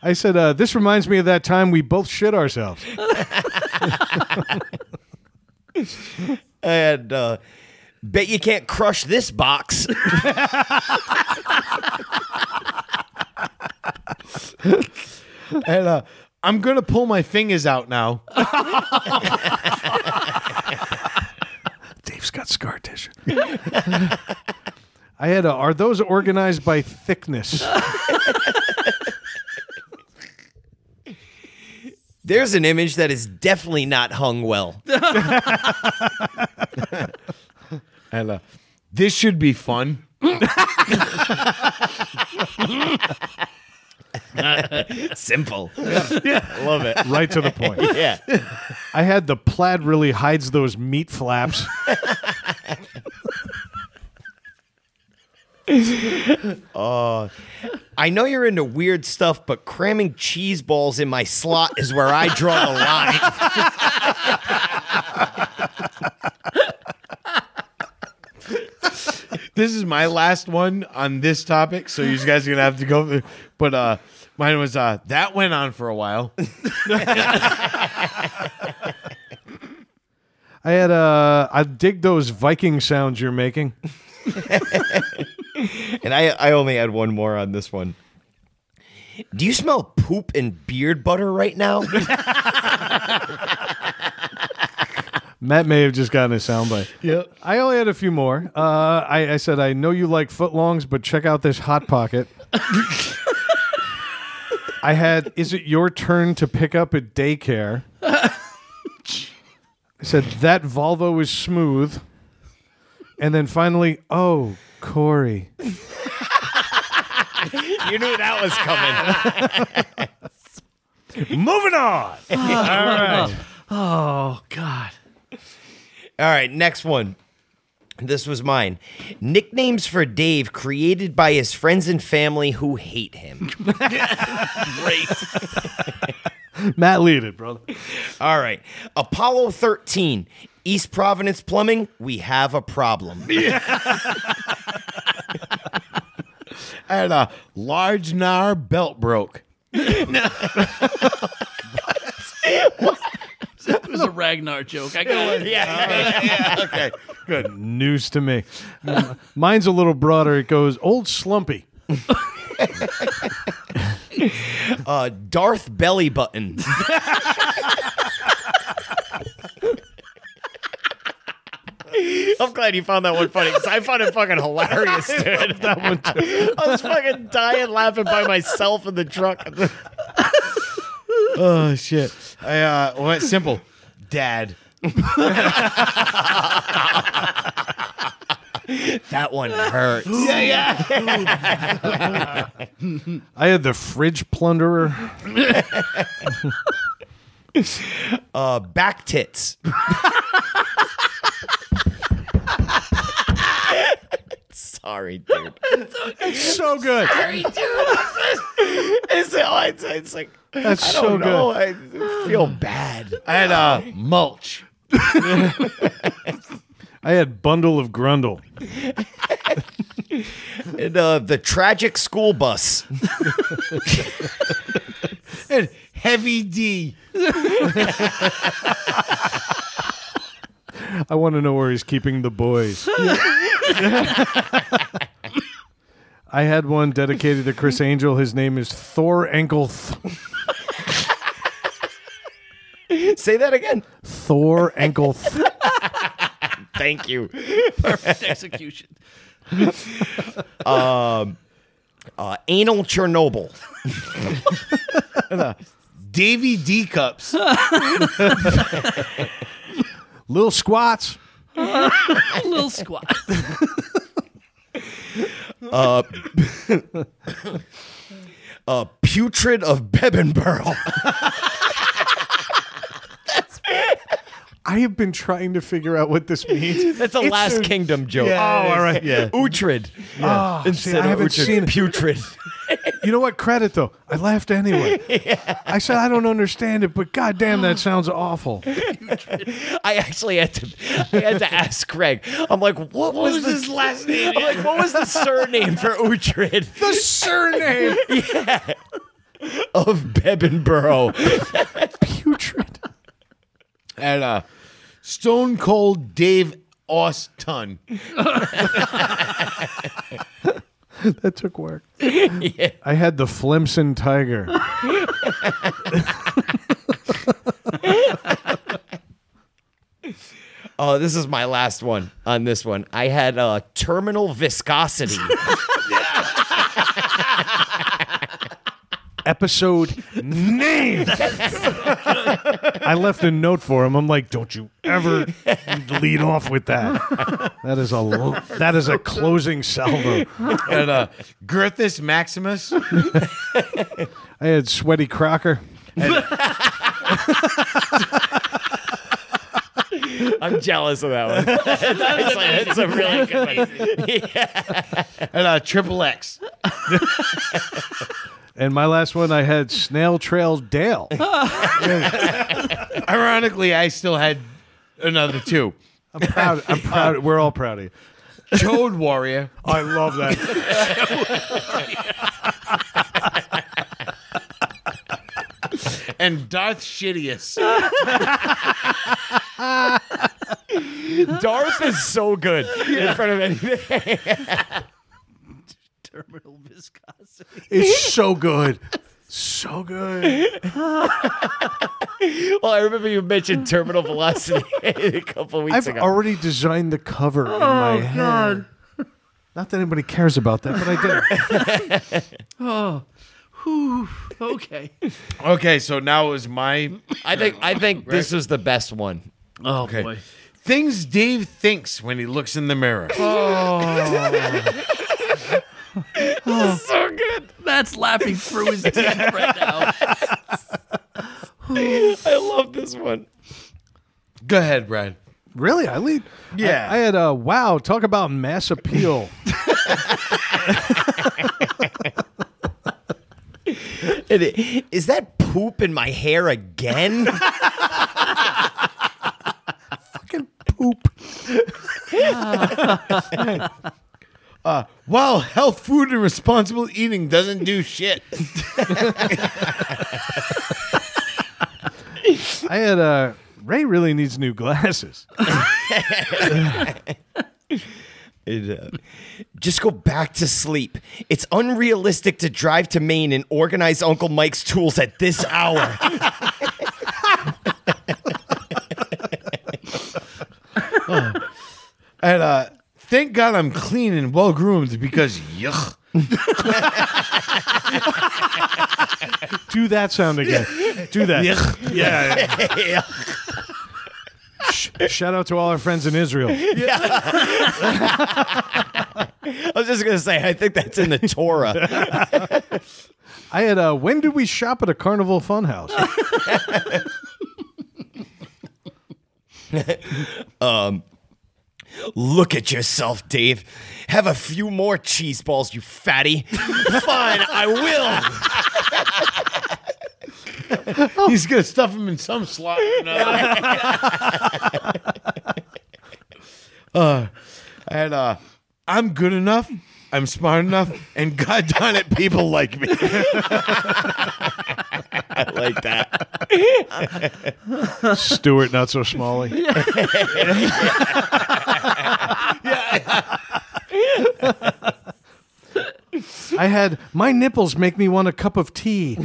I said uh, this reminds me of that time we both shit ourselves. And uh, bet you can't crush this box. And uh, I'm going to pull my fingers out now. Dave's got scar tissue. I had uh, are those organized by thickness? There's an image that is definitely not hung well. And uh, this should be fun. Simple. right to the point. Yeah. I had the plaid really hides those meat flaps. I know you're into weird stuff, but cramming cheese balls in my slot is where I draw the line. This is my last one on this topic, so you guys are going to have to go through. But uh, mine was uh, that went on for a while. I had uh, I dig those Viking sounds you're making. And I, I only had one more on this one. Do you smell poop and beard butter right now? Matt may have just gotten a soundbite. Yep. I only had a few more. Uh, I, I said, I know you like footlongs, but check out this hot pocket. I had, is it your turn to pick up at daycare? I said, that Volvo is smooth. And then finally, oh, Corey. you knew that was coming. Moving on. Uh, Oh God. All right, next one. This was mine. Nicknames for Dave created by his friends and family who hate him. Matt, lead it, brother. All right. Apollo 13, East Providence Plumbing, we have a problem. I had a large gnar belt broke. It was a Ragnar joke. I got it. Okay, good. News to me. Uh, mine's a little broader. It goes, old slumpy. Uh, Darth Belly Button. I'm glad you found that one funny because I found it fucking hilarious, dude. I, that one too. I was fucking dying laughing by myself in the truck. Oh shit! I uh, went simple. Dad. that one hurts. I had the fridge plunderer. Uh, back tits. Sorry, dude. so good. It's, it's, it's like That's I so don't know. good. I feel bad. I had uh, a mulch. I had bundle of grundle. And, uh, the tragic school bus. And heavy D. I want to know where he's keeping the boys. I had one dedicated to Chris Angel. His name is Thor Ankle Th- Say that again. Thor Ankle. Th- Thank you. Perfect execution. Uh, anal Chernobyl. uh, Davy D cups. Lil Squats. Little squat. Uh, putrid of Bebbenborough. I have been trying to figure out what this means. That's a It's Last a- Kingdom joke. Oh, all right. Yeah. Utrid. Ah, see, Instead I of haven't Utrid, seen it. putrid. You know what? Credit though. I laughed anyway. I said I don't understand it, but goddamn, that sounds awful. I actually had to I had to ask Craig. I'm like, what, was, was the- his last name? I'm like, what was the surname for Utrid The surname of Bebbenborough? putrid. At uh, Stone Cold Dave Austin. That took work. I had the Flemson Tiger. Oh, this is my last one on this one. I had uh, terminal viscosity. episode name. I left a note for him. I'm like, don't you ever lead off with that. That is a lo- that is a closing salvo. At uh, Girthus Maximus. I had sweaty Crocker. I'm jealous of that one. it's, like- it's a really good one. At uh, Triple X. And my last one, I had Snail Trail Dale. Ironically, I still had another two. I'm proud. I'm proud. We're all proud of you. Toad Warrior. I love that. And Darth Shittius. Darth is so good in front of anything. Terminal viscosity. It's so good. So good. Well, I remember you mentioned terminal velocity a couple weeks I've ago. already designed the cover in my head. Not that anybody cares about that, but I did. Whew. Okay. Okay, so now is my I think I think this was the best one. Oh boy. things Dave thinks when he looks in the mirror. So good. That's laughing through his teeth right now. I love this one. Go ahead, Brad. Really, I lead. Yeah. I, I had a wow. Talk about mass appeal. It- Is that poop in my hair again? Fucking poop. Wow, health, food, and responsible eating doesn't do shit. I had a Ray really needs new glasses. It, uh, just go back to sleep. It's unrealistic to drive to Maine and organize Uncle Mike's tools at this hour. And uh, thank God I'm clean and well groomed because yuck. Do that sound again. Do that. Yuck. Yeah. Sh- Shout out to all our friends in Israel. I was just gonna say, I think that's in the Torah. I had a when did we shop at a carnival funhouse? Look at yourself, Dave. Have a few more cheese balls, you fatty. Fine, I will. He's gonna stuff him in some slot. or another. uh, and uh, I'm good enough I'm smart enough, and God darn it, people like me. like that. Stewart, not so smally. I had my nipples make me want a cup of tea.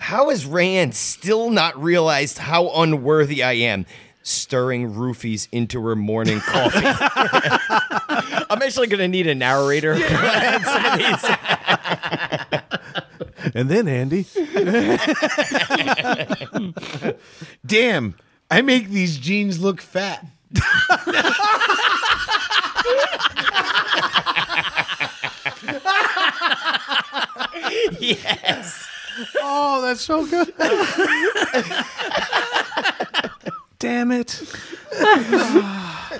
How has Rayanne still not realized how unworthy I am? Stirring roofies into her morning coffee. I'm actually gonna need a narrator. Some of these- And then Andy, Damn, I make these jeans look fat. yes. oh, that's so good. Damn it. oh,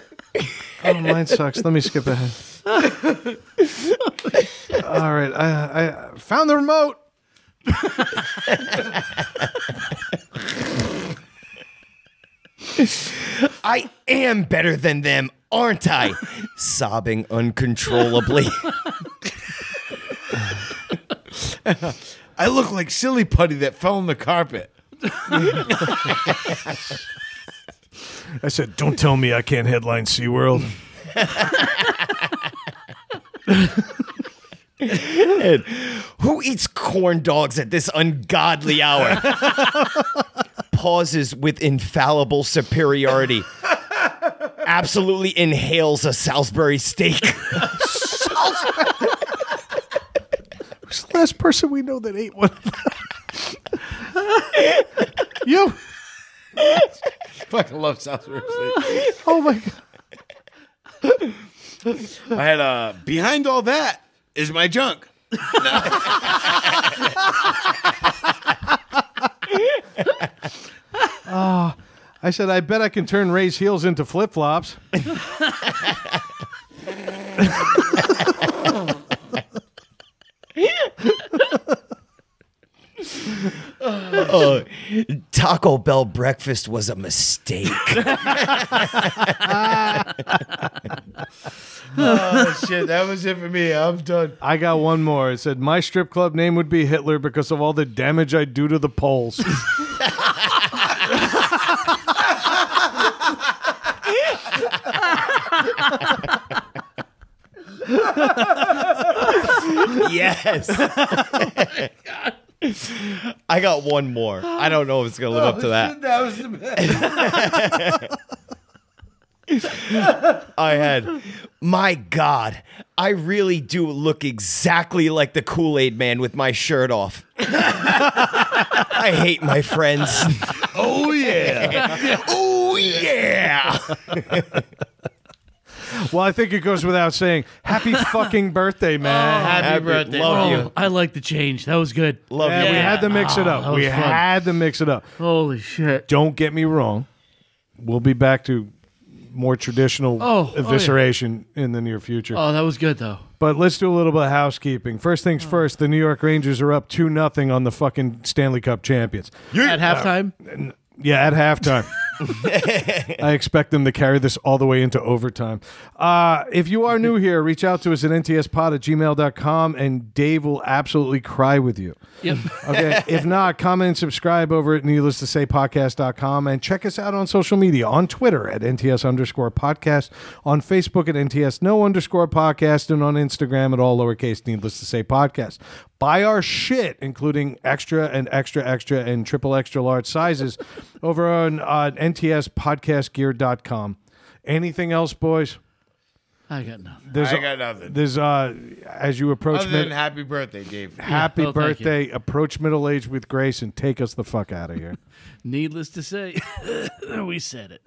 mine sucks. Let me skip ahead. All right, I, I found the remote. I am better than them, aren't I? Sobbing uncontrollably. I look like silly putty that fell on the carpet. I said, "Don't tell me I can't headline SeaWorld." Who eats corn dogs at this ungodly hour? Pauses with infallible superiority. Absolutely inhales a Salisbury steak. Who's the last person we know that ate one? you. Fucking love Salisbury steak. Oh my god. I had uh, behind all that is my junk. Oh, I said, I bet I can turn Ray's heels into flip flops. Uh, Taco Bell breakfast was a mistake. Oh shit, that was it for me. I'm done. I got one more. It said, My strip club name would be Hitler because of all the damage I do to the poles. yes. I got one more. I don't know if it's going to live up to that. That was the best. I had. My God, I really do look exactly like the Kool Aid Man with my shirt off. I hate my friends. Oh yeah. Oh, yeah. well, I think it goes without saying, Happy fucking birthday, man. Happy birthday. Love you. Oh, I like the change. That was good. Love Yeah, you. we Oh, Yeah. had to mix it Ah, that up. was We fun. had to mix it up. Holy shit. Don't get me wrong. We'll be back to more traditional Oh, oh, yeah. evisceration in the near future. Oh, that was good though. But let's do a little bit of housekeeping. First things first, the New York Rangers are up 2 nothing on the fucking Stanley Cup champions. At halftime, Yeah, at halftime. I expect them to carry this all the way into overtime. Uh, if you are new here, reach out to us at ntspod at gmail.com and Dave will absolutely cry with you. yep. Okay. if not, comment and subscribe over at needless to say podcast.com and check us out on social media on Twitter at NTS underscore podcast, on Facebook at NTS no underscore podcast, and on Instagram at all lowercase needless to say podcast. Buy our shit, including extra and extra extra and triple extra large sizes over on uh, ntspodcastgear.com. Anything else, boys? I got nothing. There's I got nothing. There's uh as you approach Other mid- than happy birthday, Dave. Happy Oh, thank you. birthday. Approach middle age with grace and take us the fuck out of here. Needless to say, we said it.